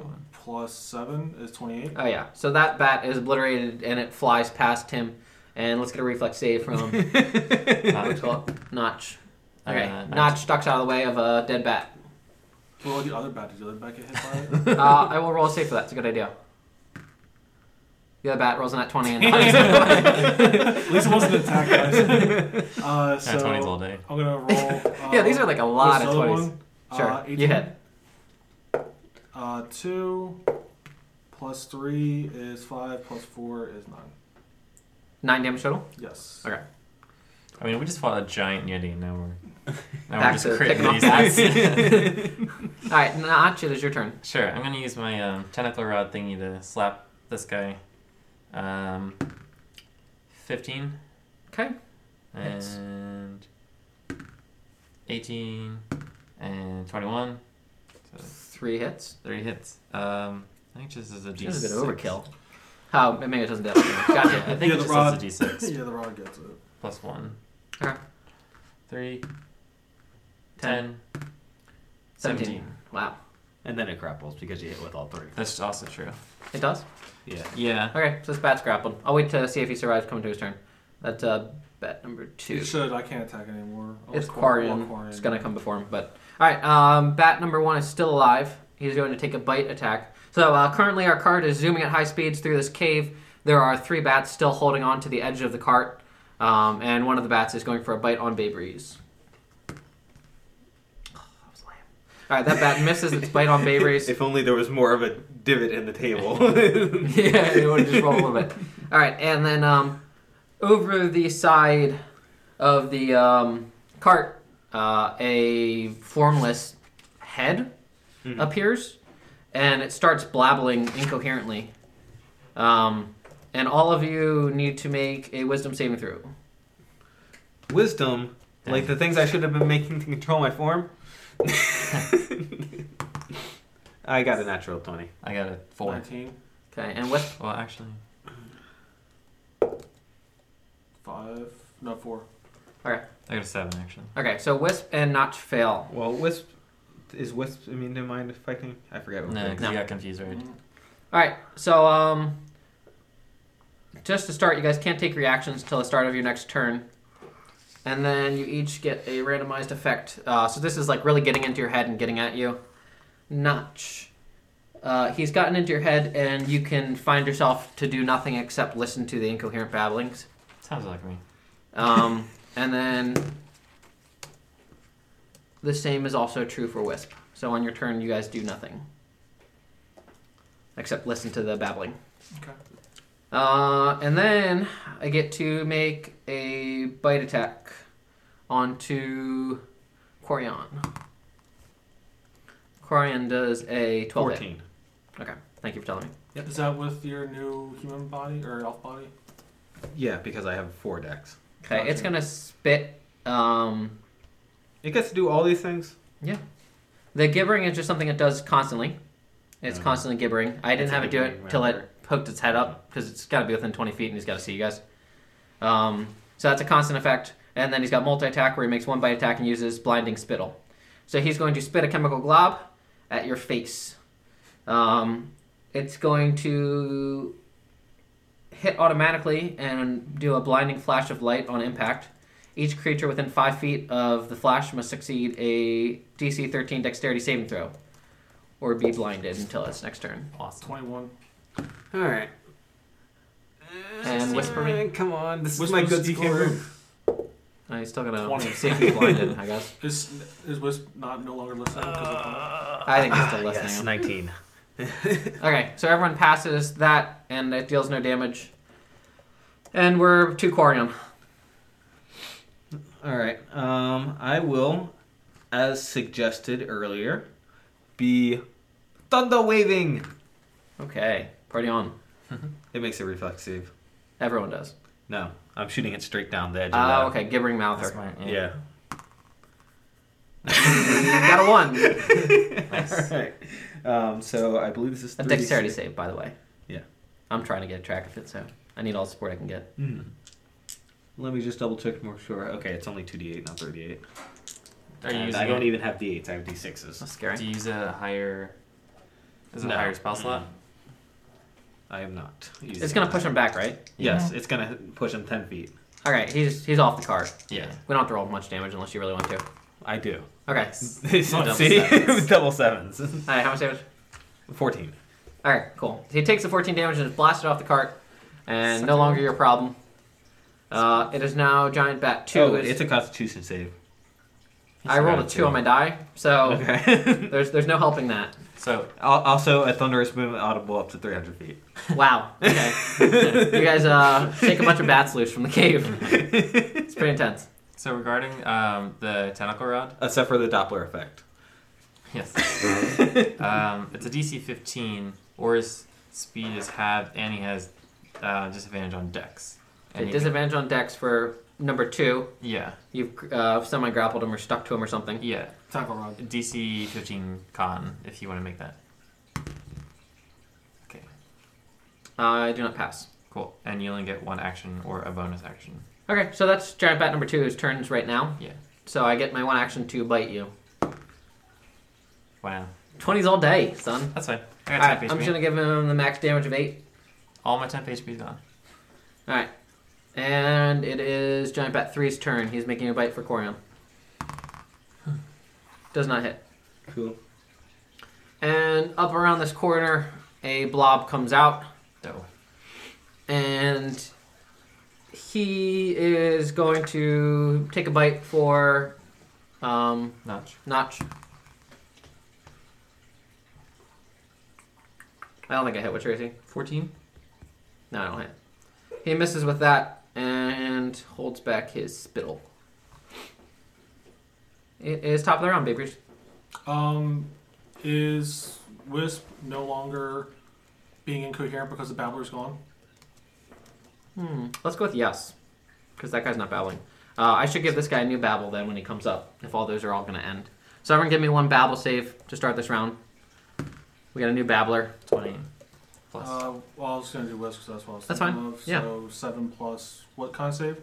Speaker 3: 21.
Speaker 4: plus seven is 28.
Speaker 2: Oh yeah. So that bat is obliterated and it flies past him. And let's get a reflex save from <laughs> what's it called? Notch. Okay.
Speaker 3: Uh, Notch.
Speaker 2: Notch ducks out of the way of a dead
Speaker 3: <laughs>
Speaker 2: bat.
Speaker 4: What would the other bat? Did the other bat get
Speaker 2: <laughs>
Speaker 4: hit by it?
Speaker 2: Uh, I will roll a save for that. It's a good idea. The other bat rolls an at 20 and
Speaker 3: <laughs> Uh,
Speaker 4: At least it wasn't an attack, guys. Uh,
Speaker 3: Nat
Speaker 4: so
Speaker 3: 20s all day.
Speaker 4: I'm
Speaker 2: <laughs>
Speaker 4: gonna roll. Uh,
Speaker 2: Yeah, these are like a lot
Speaker 4: this
Speaker 2: of
Speaker 4: other
Speaker 2: 20s.
Speaker 4: one.
Speaker 2: <laughs> Sure.
Speaker 4: Uh,
Speaker 2: you
Speaker 4: 18.
Speaker 2: hit.
Speaker 4: Uh, two plus three is five. Plus four is nine.
Speaker 2: Nine damage total.
Speaker 4: Yes.
Speaker 2: Okay.
Speaker 3: I mean, we just fought a giant yeti, and now we're now
Speaker 2: Back
Speaker 3: we're just
Speaker 2: to
Speaker 3: creating
Speaker 2: picking
Speaker 3: these
Speaker 2: up <laughs>
Speaker 3: things.
Speaker 2: All right, Notch, it is your turn.
Speaker 3: <laughs> sure, I'm gonna use my um, tentacle rod thingy to slap this guy. Um, fifteen
Speaker 2: Okay. Hits.
Speaker 3: and eighteen and twenty-one. So
Speaker 2: Three hits.
Speaker 3: three hits. Um, I think this is a D6.
Speaker 2: That's a bit of overkill. How? maybe it doesn't do
Speaker 3: <laughs>
Speaker 2: that. Gotcha.
Speaker 3: I think
Speaker 4: Yeah,
Speaker 3: it
Speaker 4: the
Speaker 3: just
Speaker 4: rod.
Speaker 3: has a D6
Speaker 2: <laughs>
Speaker 4: <laughs> yeah, the rod gets it.
Speaker 3: plus one.
Speaker 2: Okay.
Speaker 3: Three.
Speaker 2: Ten.
Speaker 3: Ten.
Speaker 2: 17.
Speaker 3: Seventeen.
Speaker 2: Wow.
Speaker 6: And then it grapples because you hit with all three.
Speaker 3: That's also true.
Speaker 2: It does?
Speaker 6: Yeah.
Speaker 3: Yeah.
Speaker 2: Okay, so this bat's grappled. I'll wait to see if he survives coming to his turn. That's uh, bat number two.
Speaker 4: It should. I can't attack anymore. Oh,
Speaker 2: It's
Speaker 4: Quar-
Speaker 2: Quarian.
Speaker 4: oh, Quarian.
Speaker 2: It's gonna come before him. But all right, um, bat number one is still alive. He's going to take a bite attack. So uh, currently, our cart is zooming at high speeds through this cave. There are three bats still holding on to the edge of the cart, um, and one of the bats is going for a bite on Bay Breeze. Oh, that was lame. All right, that bat misses its bite <laughs> on Bay Breeze.
Speaker 5: <laughs> If only there was more of a divot in
Speaker 6: <laughs>
Speaker 5: the table. <laughs>
Speaker 2: <laughs> yeah, it would just roll a little bit. All right, and then um, over the side of the um, cart, uh, a formless head appears, and it starts blabbling incoherently. Um, and all of you need to make a wisdom saving throw.
Speaker 5: Wisdom, like the things I should have been making to control
Speaker 6: <laughs>
Speaker 5: my form. <laughs> I got a natural twenty.
Speaker 3: I got a four.
Speaker 4: Nineteen.
Speaker 2: Okay, and with
Speaker 3: Well, actually,
Speaker 4: Five. No, four.
Speaker 3: I got a seven. Actually,
Speaker 2: okay, so wisp and notch fail.
Speaker 5: Well, wisp is wisp immune to mind fighting? I forget.
Speaker 3: no,
Speaker 5: thing.
Speaker 3: 'cause
Speaker 2: No.
Speaker 3: you got confused, right?
Speaker 4: Mm.
Speaker 2: All right, so um, just to start, you guys can't take reactions until the start of your next turn, and then you each get a randomized effect. Uh, so this is like really getting into your head and getting at you. Notch. Uh, he's gotten into your head, and you can find yourself to do nothing except listen to the incoherent babblings.
Speaker 3: Sounds like me.
Speaker 2: Um, and then the same is also true for Wisp. So on your turn, you guys do nothing except listen to the babbling.
Speaker 4: Okay.
Speaker 2: Uh, and then I get to make a bite attack onto Corian. Corian does a 12 hit.
Speaker 5: Fourteen.
Speaker 2: Okay, thank you for telling me.
Speaker 4: Is that with your new human body or elf body?
Speaker 5: Yeah, because I have four decks.
Speaker 2: Okay, it's gonna spit. Um,
Speaker 5: It gets to do all these things.
Speaker 2: the gibbering is just something it does constantly. It's
Speaker 5: Oh.
Speaker 2: constantly gibbering. I didn't
Speaker 5: It's
Speaker 2: have
Speaker 5: a
Speaker 2: it do it
Speaker 5: gibbering
Speaker 2: till it
Speaker 5: rattler.
Speaker 2: hooked its head up because it's got to be within 20 feet and he's got to see you guys. Um, so that's a constant effect. And then he's got multi attack where he makes one bite attack and uses blinding spittle. So he's going to spit a chemical glob at your face. Um, it's going to hit automatically and do a blinding flash of light on impact. Each creature within five feet of the flash must succeed a DC 13 dexterity saving throw or be blinded until its next turn.
Speaker 3: Awesome.
Speaker 4: Twenty-one.
Speaker 5: All right.
Speaker 6: Uh,
Speaker 2: And whisper me.
Speaker 5: Come on, this
Speaker 4: Wisp
Speaker 5: is my
Speaker 4: was-
Speaker 5: good
Speaker 4: he can't
Speaker 5: score.
Speaker 4: move.
Speaker 2: Uh, he's still gonna
Speaker 4: 20.
Speaker 2: see if he's blinded,
Speaker 6: <laughs>
Speaker 2: I guess.
Speaker 4: Is is Wisp not no longer listening? 'cause of that?
Speaker 2: I think he's still listening.
Speaker 6: Yes, <laughs> 19.
Speaker 2: Okay, so everyone passes that, and it deals no damage. And we're to Corian.
Speaker 5: All right. Um, I will, as suggested earlier,
Speaker 6: be thunder waving.
Speaker 2: Okay, party on.
Speaker 6: It makes a reflex save.
Speaker 2: Everyone does.
Speaker 6: No, I'm shooting it straight down the edge.
Speaker 2: Oh,
Speaker 6: of that.
Speaker 2: okay, gibbering mouther.
Speaker 3: That's mine.
Speaker 6: Yeah.
Speaker 2: Got a one.
Speaker 6: <laughs>
Speaker 3: Nice.
Speaker 6: All right. Um, so I believe this is
Speaker 2: A
Speaker 6: 3D6.
Speaker 2: dexterity save, by the way.
Speaker 6: Yeah.
Speaker 2: I'm trying to get track of it, so I need all the support I can get.
Speaker 6: Hmm. Let me just double check more sure. Okay, it's only 2d8, not 38.
Speaker 3: Are you
Speaker 6: And
Speaker 3: using
Speaker 6: I don't
Speaker 3: it-
Speaker 6: even have d8s, I have d6s.
Speaker 2: That's scary.
Speaker 3: Do you use a higher? Is it
Speaker 6: No.
Speaker 3: a higher spell slot?
Speaker 6: I am not. using
Speaker 2: It's gonna
Speaker 6: that.
Speaker 2: push him back, right?
Speaker 6: Yes, it's gonna push him 10 feet.
Speaker 2: All right, he's he's off the card.
Speaker 3: Yeah.
Speaker 2: We don't have to roll much damage unless you really want to.
Speaker 6: I do.
Speaker 2: Okay.
Speaker 6: <laughs>
Speaker 3: Double
Speaker 6: See? <laughs>
Speaker 3: sevens.
Speaker 6: Double sevens.
Speaker 2: All right, how much damage?
Speaker 6: 14.
Speaker 2: All right, cool. He takes the 14 damage and is blasted off the cart, and no longer your problem. Uh, it is now Giant Bat 2.
Speaker 6: Oh,
Speaker 2: It's-
Speaker 6: it's a constitution save.
Speaker 2: I rolled a 2 on my die, so
Speaker 6: Okay. <laughs>
Speaker 2: there's there's no helping that.
Speaker 3: So
Speaker 6: Al- also, a thunderous movement audible up to 300 feet. <laughs>
Speaker 2: Wow. Okay. you guys uh, shake a bunch of bats loose from the cave. It's pretty intense.
Speaker 3: so regarding um, the tentacle rod.
Speaker 6: Except for the Doppler effect.
Speaker 3: <laughs> Yes. <laughs> um, it's a DC 15, or his speed is halved, and he has uh, disadvantage on dex. And
Speaker 2: Okay,
Speaker 3: you
Speaker 2: disadvantage on dex for number 2.
Speaker 3: can- yeah,
Speaker 2: You've uh, semi grappled him or stuck to him or something.
Speaker 3: yeah.
Speaker 4: Tackle rod.
Speaker 3: DC 15 con, if you want to make that. Okay,
Speaker 2: Uh, I do not pass.
Speaker 3: cool. And you only get one action or a bonus action.
Speaker 2: Okay, so that's Giant Bat number 2's turns right now.
Speaker 3: Yeah.
Speaker 2: So I get my one action to bite you.
Speaker 3: Wow.
Speaker 2: 20s all day, son.
Speaker 3: That's fine. I
Speaker 2: All
Speaker 3: got
Speaker 2: right,
Speaker 3: 10
Speaker 2: I'm
Speaker 3: HP.
Speaker 2: just gonna give him the max damage of eight.
Speaker 3: All my 10 HP is gone.
Speaker 2: All right, and it is Giant Bat 3's turn. He's making a bite for Corian. Does not hit.
Speaker 6: Cool.
Speaker 2: And up around this corner, a blob comes out,
Speaker 3: No.
Speaker 2: and he is going to take a bite for um,
Speaker 3: Notch.
Speaker 2: Notch. I don't think I hit. What's your AC?
Speaker 3: 14?
Speaker 2: No, I don't hit. He misses with that and holds back his spittle. It is top of the round, Big Breeze.
Speaker 4: Um, is Wisp no longer being incoherent because the babbler's gone?
Speaker 2: Hmm. Let's go with yes, because that guy's not babbling. Uh, I should give this guy a new babble then when he comes up, if all those are all going to end. So everyone give me one babble save to start this round. We got a new babbler.
Speaker 3: 20. Plus.
Speaker 4: Uh, well, I was gonna do Wisp, so that's what I was
Speaker 2: That's
Speaker 4: thinking
Speaker 2: fine.
Speaker 4: of.
Speaker 2: Yeah.
Speaker 4: So seven plus what con save?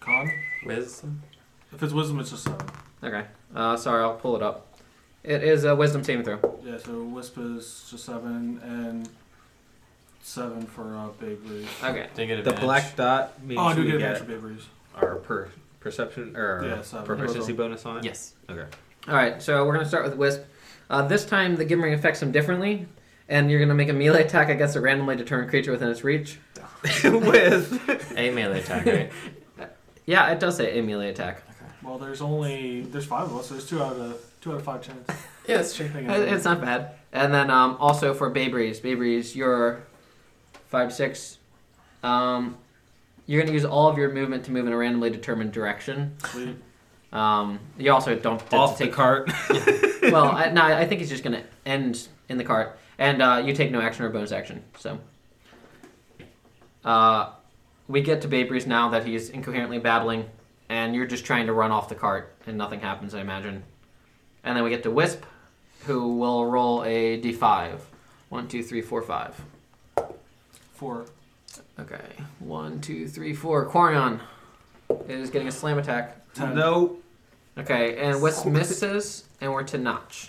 Speaker 4: Con.
Speaker 3: Wisdom?
Speaker 4: If it's wisdom, it's just seven.
Speaker 2: Okay. Uh, sorry, I'll pull it up. It is a wisdom saving throw.
Speaker 4: Yeah. So Wisp is just seven and seven for uh, Big Breeze.
Speaker 2: Okay.
Speaker 3: Did you get
Speaker 6: The
Speaker 3: advantage?
Speaker 6: black dot means
Speaker 4: Oh, I do
Speaker 6: we
Speaker 4: get
Speaker 6: get
Speaker 4: advantage for Big Breeze.
Speaker 6: our per- perception or our
Speaker 4: Yeah, seven.
Speaker 6: proficiency bonus on it.
Speaker 3: Yes.
Speaker 6: Okay.
Speaker 2: All right, so we're going to start with Wisp. Uh, this time, the Gimmering affects him differently, and you're going to make a melee attack against a randomly determined creature within its reach.
Speaker 6: With
Speaker 3: A melee
Speaker 2: <laughs>
Speaker 3: attack, right?
Speaker 2: Yeah, it does say a melee attack.
Speaker 4: Well, there's only there's five of us. So there's two out of two out of five chance.
Speaker 2: Yeah, that's true.
Speaker 4: Thinking of it.
Speaker 2: Uh, It's not bad. And then um, also for Baybreeze, Baybreeze, you're five six. Um, you're going to use all of your movement to move in a randomly determined direction.
Speaker 4: Sweet.
Speaker 2: Um, you also don't have to
Speaker 6: off the
Speaker 2: take.
Speaker 6: cart.
Speaker 2: well, I, no, I think he's just going to end in the cart, and uh, you take no action or bonus action. So, uh, we get to Baybreeze now that he's incoherently babbling, and you're just trying to run off the cart, and nothing happens, I imagine. And then we get to Wisp, who will roll a d5. One, two, three, four, five.
Speaker 4: Four.
Speaker 2: Okay. One, two, three, four. Quarion is getting a slam attack.
Speaker 6: <laughs>
Speaker 4: Ten.
Speaker 6: No,
Speaker 2: Okay, and Wisp misses, and we're to Notch.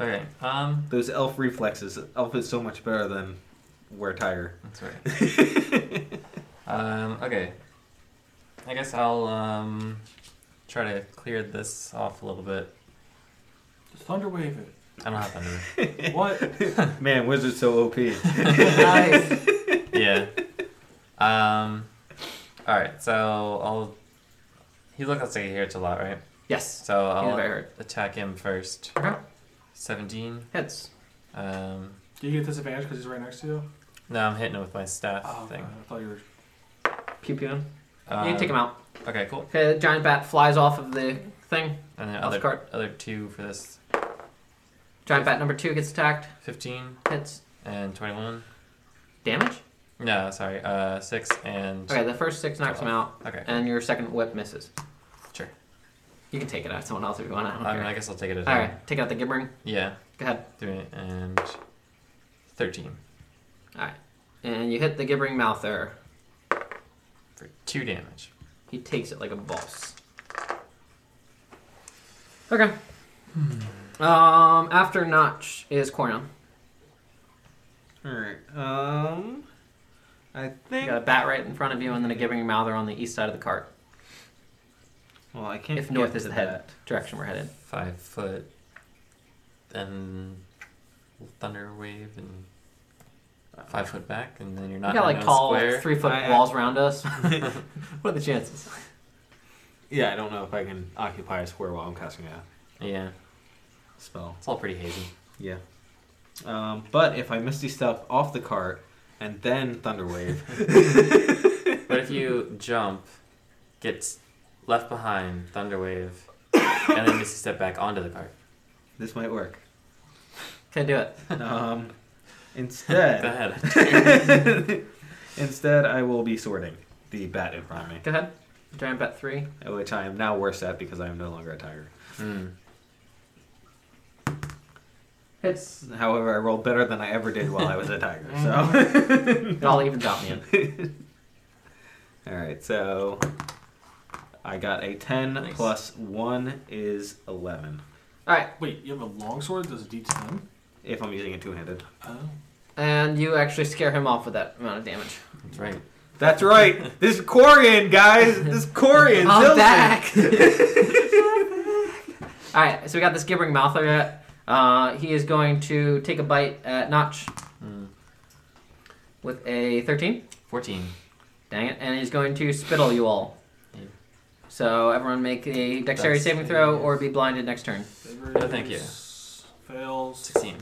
Speaker 3: Okay. Um,
Speaker 6: those elf reflexes. Elf is so much better than wear tiger.
Speaker 3: that's right.
Speaker 2: <laughs>
Speaker 3: um, okay. I guess I'll um, try to clear this off a little bit.
Speaker 4: Just thunder wave it.
Speaker 3: I don't have thunder.
Speaker 2: <laughs>
Speaker 4: What?
Speaker 6: Man, wizard's so OP.
Speaker 2: <laughs> Nice. <laughs>
Speaker 3: yeah. Um. All right. So I'll. He looks like he hurts a lot, right?
Speaker 2: yes.
Speaker 3: So
Speaker 2: He's
Speaker 3: I'll
Speaker 2: very hurt.
Speaker 3: attack him first.
Speaker 2: Okay.
Speaker 3: Seventeen.
Speaker 2: Hits.
Speaker 3: Um.
Speaker 4: Do you get disadvantage because he's right next to you?
Speaker 3: No, I'm hitting him with my staff
Speaker 4: Oh,
Speaker 3: thing.
Speaker 4: I thought you were.
Speaker 2: Pew pew. him.
Speaker 3: Um,
Speaker 2: you take him out.
Speaker 3: Okay, cool.
Speaker 2: Okay, the giant bat flies off of the thing.
Speaker 3: And then
Speaker 2: Off the
Speaker 3: other
Speaker 2: cart.
Speaker 3: other two for this.
Speaker 2: Giant bat number two gets attacked.
Speaker 3: 15
Speaker 2: Hits.
Speaker 3: and 21.
Speaker 2: Damage?
Speaker 3: No, sorry. Uh, 6 and.
Speaker 2: Okay, the first six knocks him out,
Speaker 3: Okay,
Speaker 2: and your second whip misses.
Speaker 3: sure.
Speaker 2: You can take it out someone else if you want. I don't
Speaker 3: I, mean,
Speaker 2: care.
Speaker 3: I guess I'll take it as
Speaker 2: All right, take out the gibbering.
Speaker 3: Yeah,
Speaker 2: Go ahead.
Speaker 3: doing it. And 13
Speaker 2: All right, and you hit the gibbering mouther.
Speaker 3: for 2 damage.
Speaker 2: He takes it like a boss. Okay. Um, after Notch is Cornell.
Speaker 5: All right. Um, I
Speaker 2: You
Speaker 5: think.
Speaker 2: got a bat right in front of you, and then a gibbering mouther on the east side of the cart.
Speaker 5: Well, I can't.
Speaker 2: If north
Speaker 5: get
Speaker 2: is
Speaker 5: to
Speaker 2: the head
Speaker 5: that.
Speaker 2: direction we're headed.
Speaker 3: 5 foot. Then Thunder Wave and. 5 foot back, and then you're
Speaker 2: We
Speaker 3: not
Speaker 2: got
Speaker 3: in
Speaker 2: like
Speaker 3: a
Speaker 2: tall,
Speaker 3: square.
Speaker 2: like, three foot
Speaker 5: I-
Speaker 2: walls around us. <laughs> what are the chances?
Speaker 5: <laughs> Yeah, I don't know if I can occupy a square while I'm casting a
Speaker 3: Yeah,
Speaker 5: spell.
Speaker 3: it's all pretty hazy.
Speaker 5: Yeah. Um, but if I misty step off the cart and then thunderwave,
Speaker 2: <laughs>
Speaker 3: But if you jump, gets left behind, Thunderwave, and then misty step back onto the cart.
Speaker 5: this might work.
Speaker 2: Can do it.
Speaker 5: Um,
Speaker 3: Go
Speaker 2: <laughs>
Speaker 5: instead,
Speaker 3: ahead.
Speaker 5: instead I will be sorting the bat in front of me,
Speaker 2: Go ahead. Giant bat three.
Speaker 5: which I am now worse at because I am no longer a tiger.
Speaker 3: Hmm.
Speaker 2: <laughs> Hits.
Speaker 5: However, I rolled better than I ever did while I was a tiger. So,
Speaker 2: It all evens out in the end.
Speaker 5: <laughs> all right, so I got a ten
Speaker 3: Nice.
Speaker 5: plus one is eleven.
Speaker 2: All right,
Speaker 4: Wait, you have a longsword? Does it D10?
Speaker 5: If I'm using it two handed.
Speaker 4: Oh.
Speaker 3: Uh,
Speaker 2: and you actually scare him off with that amount of damage.
Speaker 3: That's right.
Speaker 5: That's right. This Corian, guys. This Corian.
Speaker 2: I'm
Speaker 5: Zilton.
Speaker 2: back.
Speaker 5: <laughs>
Speaker 2: <laughs> all right, so we got this gibbering mouther yet. Uh, he is going to take a bite at Notch
Speaker 3: Hmm.
Speaker 2: with a 13.
Speaker 3: 14.
Speaker 2: Dang it! And he's going to spittle you all.
Speaker 3: Yeah.
Speaker 2: So everyone make a dexterity
Speaker 3: That's
Speaker 2: saving throw
Speaker 3: a-
Speaker 2: or be blinded next turn.
Speaker 3: No, thank you.
Speaker 4: Favors, Fails.
Speaker 3: 16.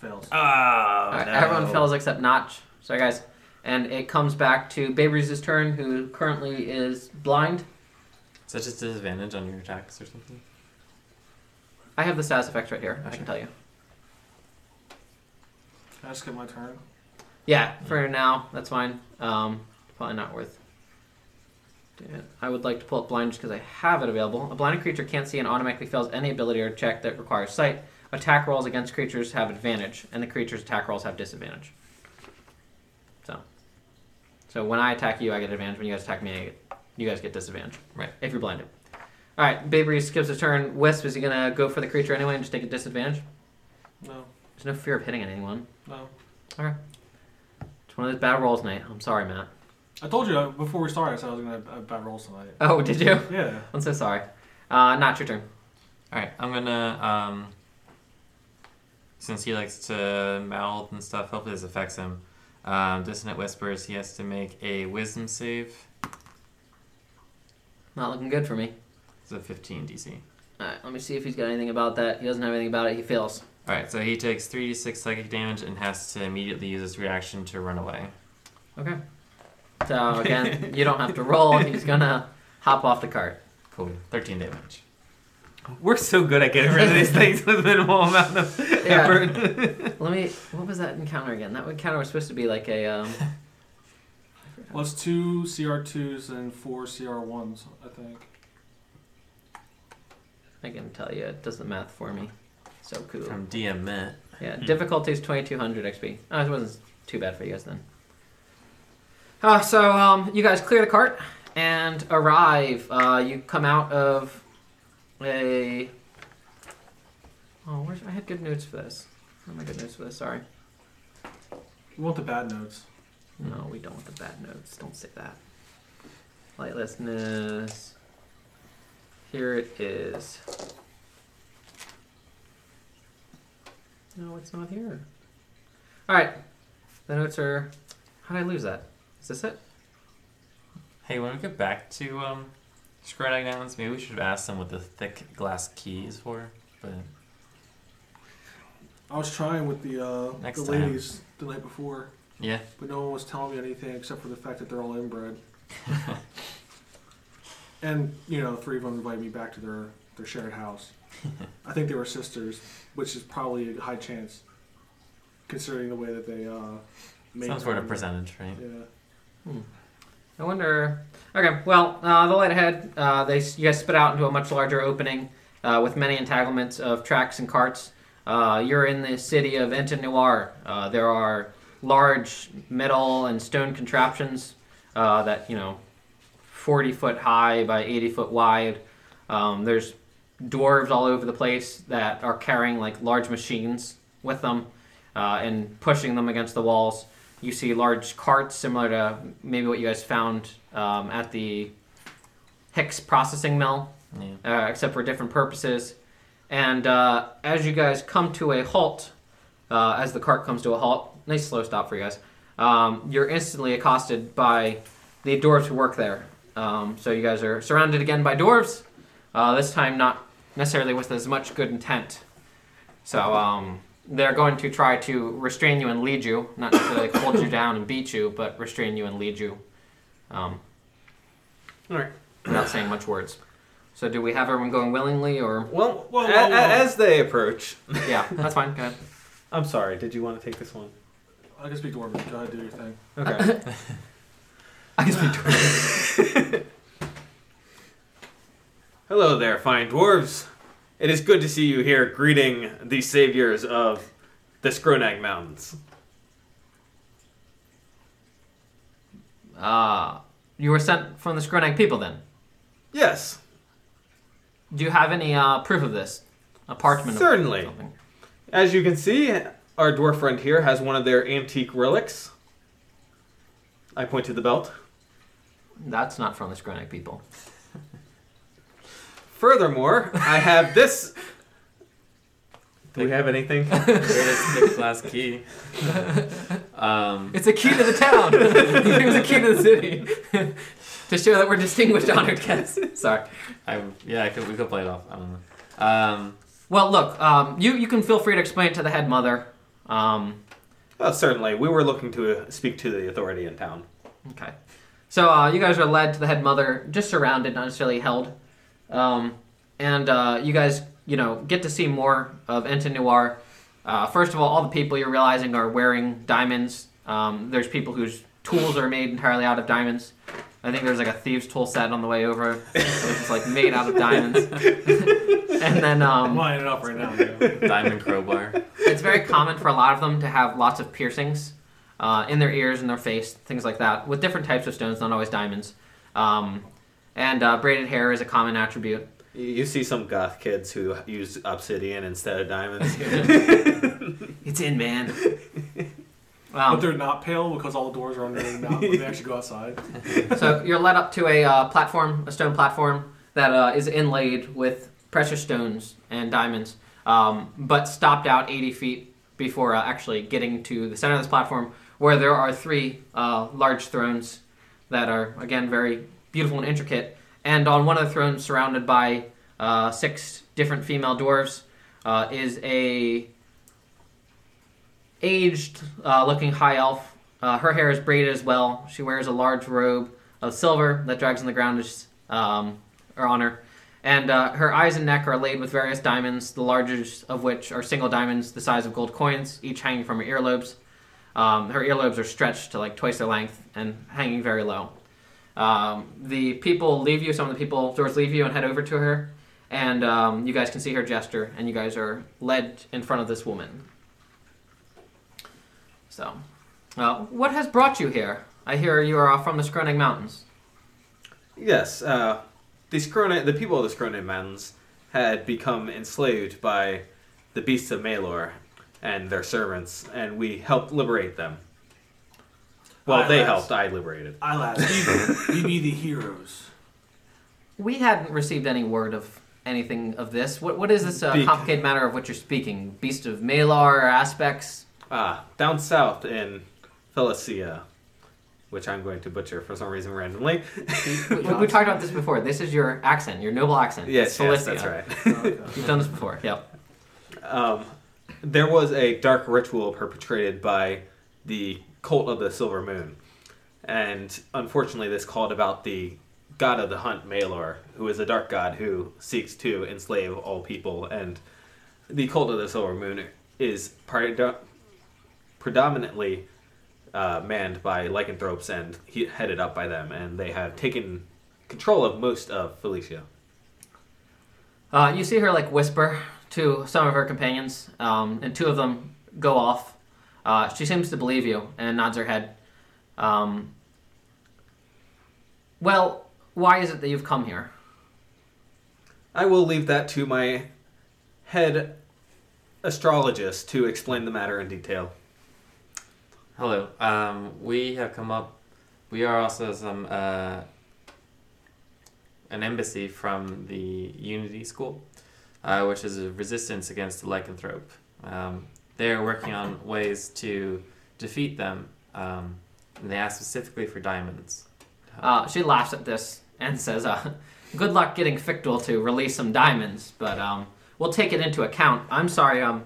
Speaker 4: Fails.
Speaker 3: Uh,
Speaker 5: Ah,
Speaker 2: All right,
Speaker 5: no.
Speaker 2: Uh, Everyone fails except Notch. Sorry, guys. And it comes back to Babries's turn, who currently is blind.
Speaker 3: Is that just a disadvantage on your attacks or something?
Speaker 2: I have the status effects right here. I can
Speaker 3: Gotcha.
Speaker 2: tell you.
Speaker 4: Can I just get my turn?
Speaker 2: Yeah, for now, that's fine. Um, probably not worth doing it. I would like to pull up blind just because I have it available. A blinded creature can't see and automatically fails any ability or check that requires sight. Attack rolls against creatures have advantage, and the creature's attack rolls have disadvantage. So, so when I attack you, I get advantage. When you guys attack me, I get, you guys get disadvantage.
Speaker 3: Right.
Speaker 2: If you're blinded. All right, Babery skips his turn. Wisp is he gonna go for the creature anyway and just take a disadvantage?
Speaker 4: No,
Speaker 2: There's no fear of hitting anyone.
Speaker 4: no.
Speaker 2: It's one of those bad rolls, Nate. I'm sorry, Matt.
Speaker 4: I told you uh, before we started, I said I was going to have bad rolls tonight.
Speaker 2: Oh, <laughs> did you?
Speaker 4: Yeah.
Speaker 2: I'm so sorry. Uh, not your turn.
Speaker 3: Alright, I'm gonna, um, since he likes to mouth and stuff, hopefully this affects him. Um, Dissonant Whispers, he has to make a wisdom save.
Speaker 2: Not looking good for me.
Speaker 3: It's a 15 DC.
Speaker 2: Alright, let me see if he's got anything about that. He doesn't have anything about it. He fails.
Speaker 3: Alright, so he takes 3d6 psychic damage and has to immediately use his reaction to run away.
Speaker 2: Okay. So,
Speaker 5: <laughs>
Speaker 2: again, you don't have to roll. He's gonna hop off the cart.
Speaker 3: Cool. 13 damage.
Speaker 5: We're so good at getting rid
Speaker 2: <laughs>
Speaker 5: of <laughs> these things with minimal amount of
Speaker 2: Yeah.
Speaker 5: effort.
Speaker 2: Let me. What was that encounter again? That encounter was supposed to be like a. Um,
Speaker 4: Well, it's two CR2s and four CR1s, I think.
Speaker 2: I can tell you, it does the math for me. So cool.
Speaker 3: From DM Mint.
Speaker 2: Yeah, difficulty is 2200 XP. Oh, it wasn't too bad for you guys then. Uh, so, um, you guys clear the cart and arrive. Uh, you come out of a. Oh, where's... I had good news for this. Oh, my good news for this, sorry.
Speaker 4: You want the bad notes.
Speaker 2: No, we don't want the bad notes. Don't say that. Lightlessness. Here it is. No, it's not here. All right. The notes are. How did I lose that? Is this it?
Speaker 3: Hey, when we get back to um, Scrying Islands, maybe we should have asked them what the thick glass key is for. But
Speaker 4: I was trying with the uh,
Speaker 3: Next
Speaker 4: the
Speaker 3: time.
Speaker 4: ladies the night before,
Speaker 3: yeah,
Speaker 4: but no one was telling me anything except for the fact that they're all inbred. and you know, three of them invited me back to their their shared house. I think they were sisters, which is probably a high chance, considering the way that they uh, made
Speaker 3: Some sort
Speaker 4: them.
Speaker 3: of percentage, right?
Speaker 4: Yeah.
Speaker 2: I wonder. Okay, well, uh, the light ahead. Uh, they you guys spit out into a much larger opening uh, with many entanglements of tracks and carts. Uh, you're in the city of Entenoir. Uh, there are large metal and stone contraptions uh, that you know, 40 foot high by 80 foot wide. Um, there's dwarves all over the place that are carrying like large machines with them uh, and pushing them against the walls. You see large carts similar to maybe what you guys found um, at the Hicks processing mill,
Speaker 3: Yeah.
Speaker 2: uh, except for different purposes. And uh, as you guys come to a halt, uh, as the cart comes to a halt, nice slow stop for you guys, um, you're instantly accosted by the dwarves who work there. Um, so you guys are surrounded again by dwarves, uh, this time not necessarily with as much good intent. So um, they're going to try to restrain you and lead you, not necessarily <coughs> hold you down and beat you, but restrain you and lead you. Um,
Speaker 5: All right.
Speaker 2: Without saying much words. So do we have everyone going willingly or?
Speaker 5: Well,
Speaker 4: Whoa, whoa,
Speaker 5: a-
Speaker 4: whoa.
Speaker 5: a- as they approach, <laughs>
Speaker 2: Yeah, that's fine. Go ahead.
Speaker 5: I'm sorry. Did you want to take this one?
Speaker 4: I can speak Dwarven. Go ahead, do your thing.
Speaker 5: Okay.
Speaker 2: I can <laughs> speak to
Speaker 5: Hello there, fine dwarves. It is good to see you here, greeting the saviors of the Skronag Mountains.
Speaker 2: Uh, you were sent from the Skronag people then.
Speaker 5: Yes,
Speaker 2: Do you have any uh, proof of this? A parchment? or
Speaker 5: Certainly.
Speaker 2: something?
Speaker 5: As you can see, our dwarf friend here has one of their antique relics. I point to the belt.
Speaker 2: That's not from the Skronag people.
Speaker 5: Furthermore, I have this. Do we have anything?
Speaker 3: Weirdest thick <laughs> glass key. Um,
Speaker 2: It's a key to the town. <laughs> it was a key to the city <laughs> to show that we're distinguished honored guests. <laughs> Sorry.
Speaker 3: I yeah, I could we could play it off. I don't know. Um,
Speaker 2: Well, look, um, you you can feel free to explain it to the head mother. Um,
Speaker 5: oh, certainly. We were looking to uh, speak to the authority in town.
Speaker 2: okay. So uh, you guys are led to the head mother, just surrounded, not necessarily held. Um, and uh, you guys, you know, get to see more of Enten Noir. Uh, first of all, all the people you're realizing are wearing diamonds. Um, there's people whose tools are made entirely out of diamonds. I think there's like a thieves' tool set on the way over, which is like made out of diamonds. <laughs> and then
Speaker 4: I'm
Speaker 2: um,
Speaker 4: lining it up
Speaker 2: <laughs>
Speaker 4: right now. yeah.
Speaker 3: diamond crowbar.
Speaker 2: it's very common for a lot of them to have lots of piercings uh, in their ears and their face, things like that, with different types of stones, not always diamonds. Um, and uh, braided hair is a common attribute.
Speaker 5: You- You see some goth kids who use obsidian instead of diamonds.
Speaker 2: It's in, man.
Speaker 4: But
Speaker 2: Um,
Speaker 4: they're not pale because all the doors are under them now when they actually go outside.
Speaker 2: <laughs> so you're led up to a uh, platform, a stone platform that uh, is inlaid with precious stones and diamonds, um, but stopped out 80 feet before uh, actually getting to the center of this platform, where there are three uh, large thrones that are again very beautiful and intricate. And on one of the thrones, surrounded by uh, six different female dwarves, uh, is a aged uh, looking high elf. Uh, her hair is braided as well. She wears a large robe of silver that drags on the ground is, um, or on her. And uh, her eyes and neck are laid with various diamonds, the largest of which are single diamonds the size of gold coins, each hanging from her earlobes. Um, her earlobes are stretched to like twice their length and hanging very low. Um, the people leave you, some of the people, doors leave you and head over to her. And um, you guys can see her gesture, and you guys are led in front of this woman. So, uh, what has brought you here? I hear you are from the Skroning Mountains.
Speaker 5: Yes, uh, the Skrona, the people of the Skronan Mountains had become enslaved by the beasts of Malor and their servants, and we helped liberate them. Well,
Speaker 4: Aye,
Speaker 5: they
Speaker 4: lads.
Speaker 5: helped. I liberated.
Speaker 4: Eyelash, we, we be the heroes.
Speaker 2: We hadn't received any word of anything of this. What what is this uh,
Speaker 5: Beak.
Speaker 2: complicated matter of what you're speaking? Beast of Malar aspects?
Speaker 5: Ah, down south in Felicia, which I'm going to butcher for some reason randomly. <laughs>
Speaker 2: We, we talked about this before. This is your accent, your noble accent.
Speaker 5: yes, yes, that's
Speaker 2: Cilicia.
Speaker 5: right. <laughs>
Speaker 2: You've done this before. Yep.
Speaker 5: Um, there was a dark ritual perpetrated by the cult of the Silver Moon, and unfortunately, this called about the god of the hunt, Malor, who is a dark god who seeks to enslave all people, and the cult of the Silver Moon is predo- predominantly uh, manned by lycanthropes and he- headed up by them, and they have taken control of most of Felicia.
Speaker 2: Uh, you see her like whisper to some of her companions, um, and two of them go off. Uh, she seems to believe you and nods her head. Um, well, why is it that you've come here?
Speaker 5: I will leave that to my head astrologist to explain the matter in detail.
Speaker 3: Hello. Um, we have come up. We are also some uh, an embassy from the Unity School, uh, which is a resistance against the lycanthrope. Um, they are working on ways to defeat them. Um, and they asked specifically for diamonds.
Speaker 2: Uh, she laughs at this and says, uh, "Good luck getting Fictal to release some diamonds, but um, we'll take it into account." I'm sorry. Um,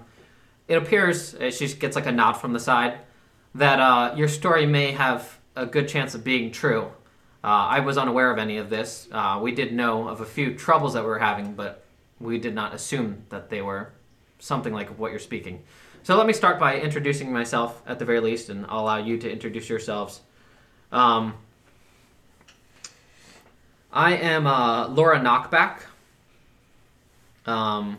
Speaker 2: it appears uh, she gets like a nod from the side that uh, your story may have a good chance of being true. Uh, I was unaware of any of this. Uh, we did know of a few troubles that we were having, but we did not assume that they were something like what you're speaking. So let me start by introducing myself at the very least, and I'll allow you to introduce yourselves. Um, I am uh, Laura Knockback. Um,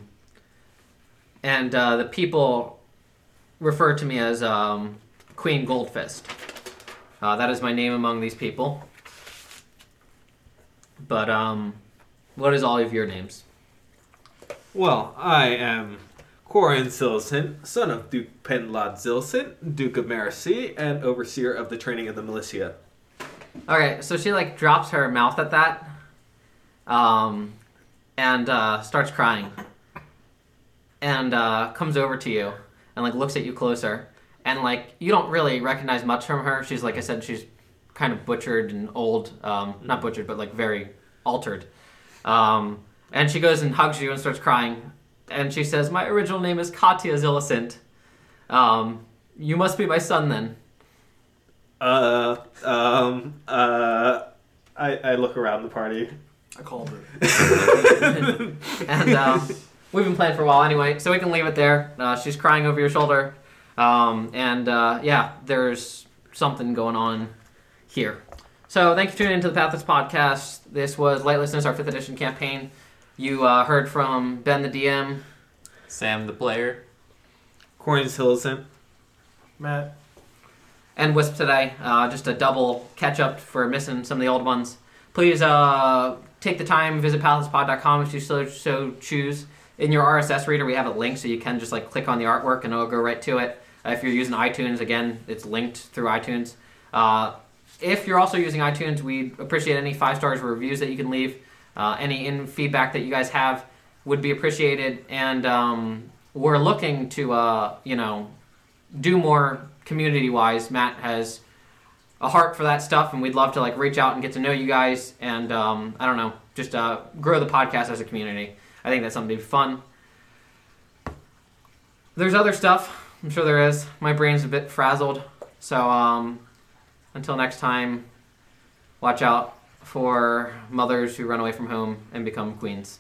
Speaker 2: and uh, the people refer to me as um, Queen Goldfist. Uh, that is my name among these people. But um, what is all of your names?
Speaker 5: Well, I am Corin Silson, son of Duke Penlod Silson, Duke of Maracy, and overseer of the training of the militia.
Speaker 2: Okay, so she like drops her mouth at that, um, and uh, starts crying, and uh, comes over to you and like looks at you closer, and like you don't really recognize much from her. She's like I said, she's kind of butchered and old, um, not butchered, but like very altered. Um, and she goes and hugs you and starts crying, and she says, "My original name is Katya Zillicent. Um, you must be my son then."
Speaker 5: Uh, um, uh, I, I look around the party.
Speaker 4: I called her.
Speaker 2: and uh, we've been playing for a while anyway, so we can leave it there. Uh, she's crying over your shoulder, um, and uh, yeah, there's something going on here. So thank you for tuning into the Pathless Podcast. This was Lightlessness, our fifth edition campaign. You uh, heard from Ben the DM.
Speaker 3: Sam the player.
Speaker 5: Corin Silson.
Speaker 4: Matt,
Speaker 2: and Wisp today. Uh, just a double catch up for missing some of the old ones. Please uh, take the time, visit palacepod.com if you so, so choose. In your RSS reader, we have a link so you can just like click on the artwork and it'll go right to it. Uh, if you're using iTunes, again, it's linked through iTunes. Uh, if you're also using iTunes, we appreciate any five stars reviews that you can leave. Uh, any in feedback that you guys have would be appreciated, and um, we're looking to uh, you know do more community wise. Matt has a heart for that stuff, and we'd love to like reach out and get to know you guys, and um, I don't know, just uh, grow the podcast as a community. I think that's something to be fun. There's other stuff. I'm sure there is. My brain's a bit frazzled, so um, until next time, watch out for mothers who run away from home and become queens.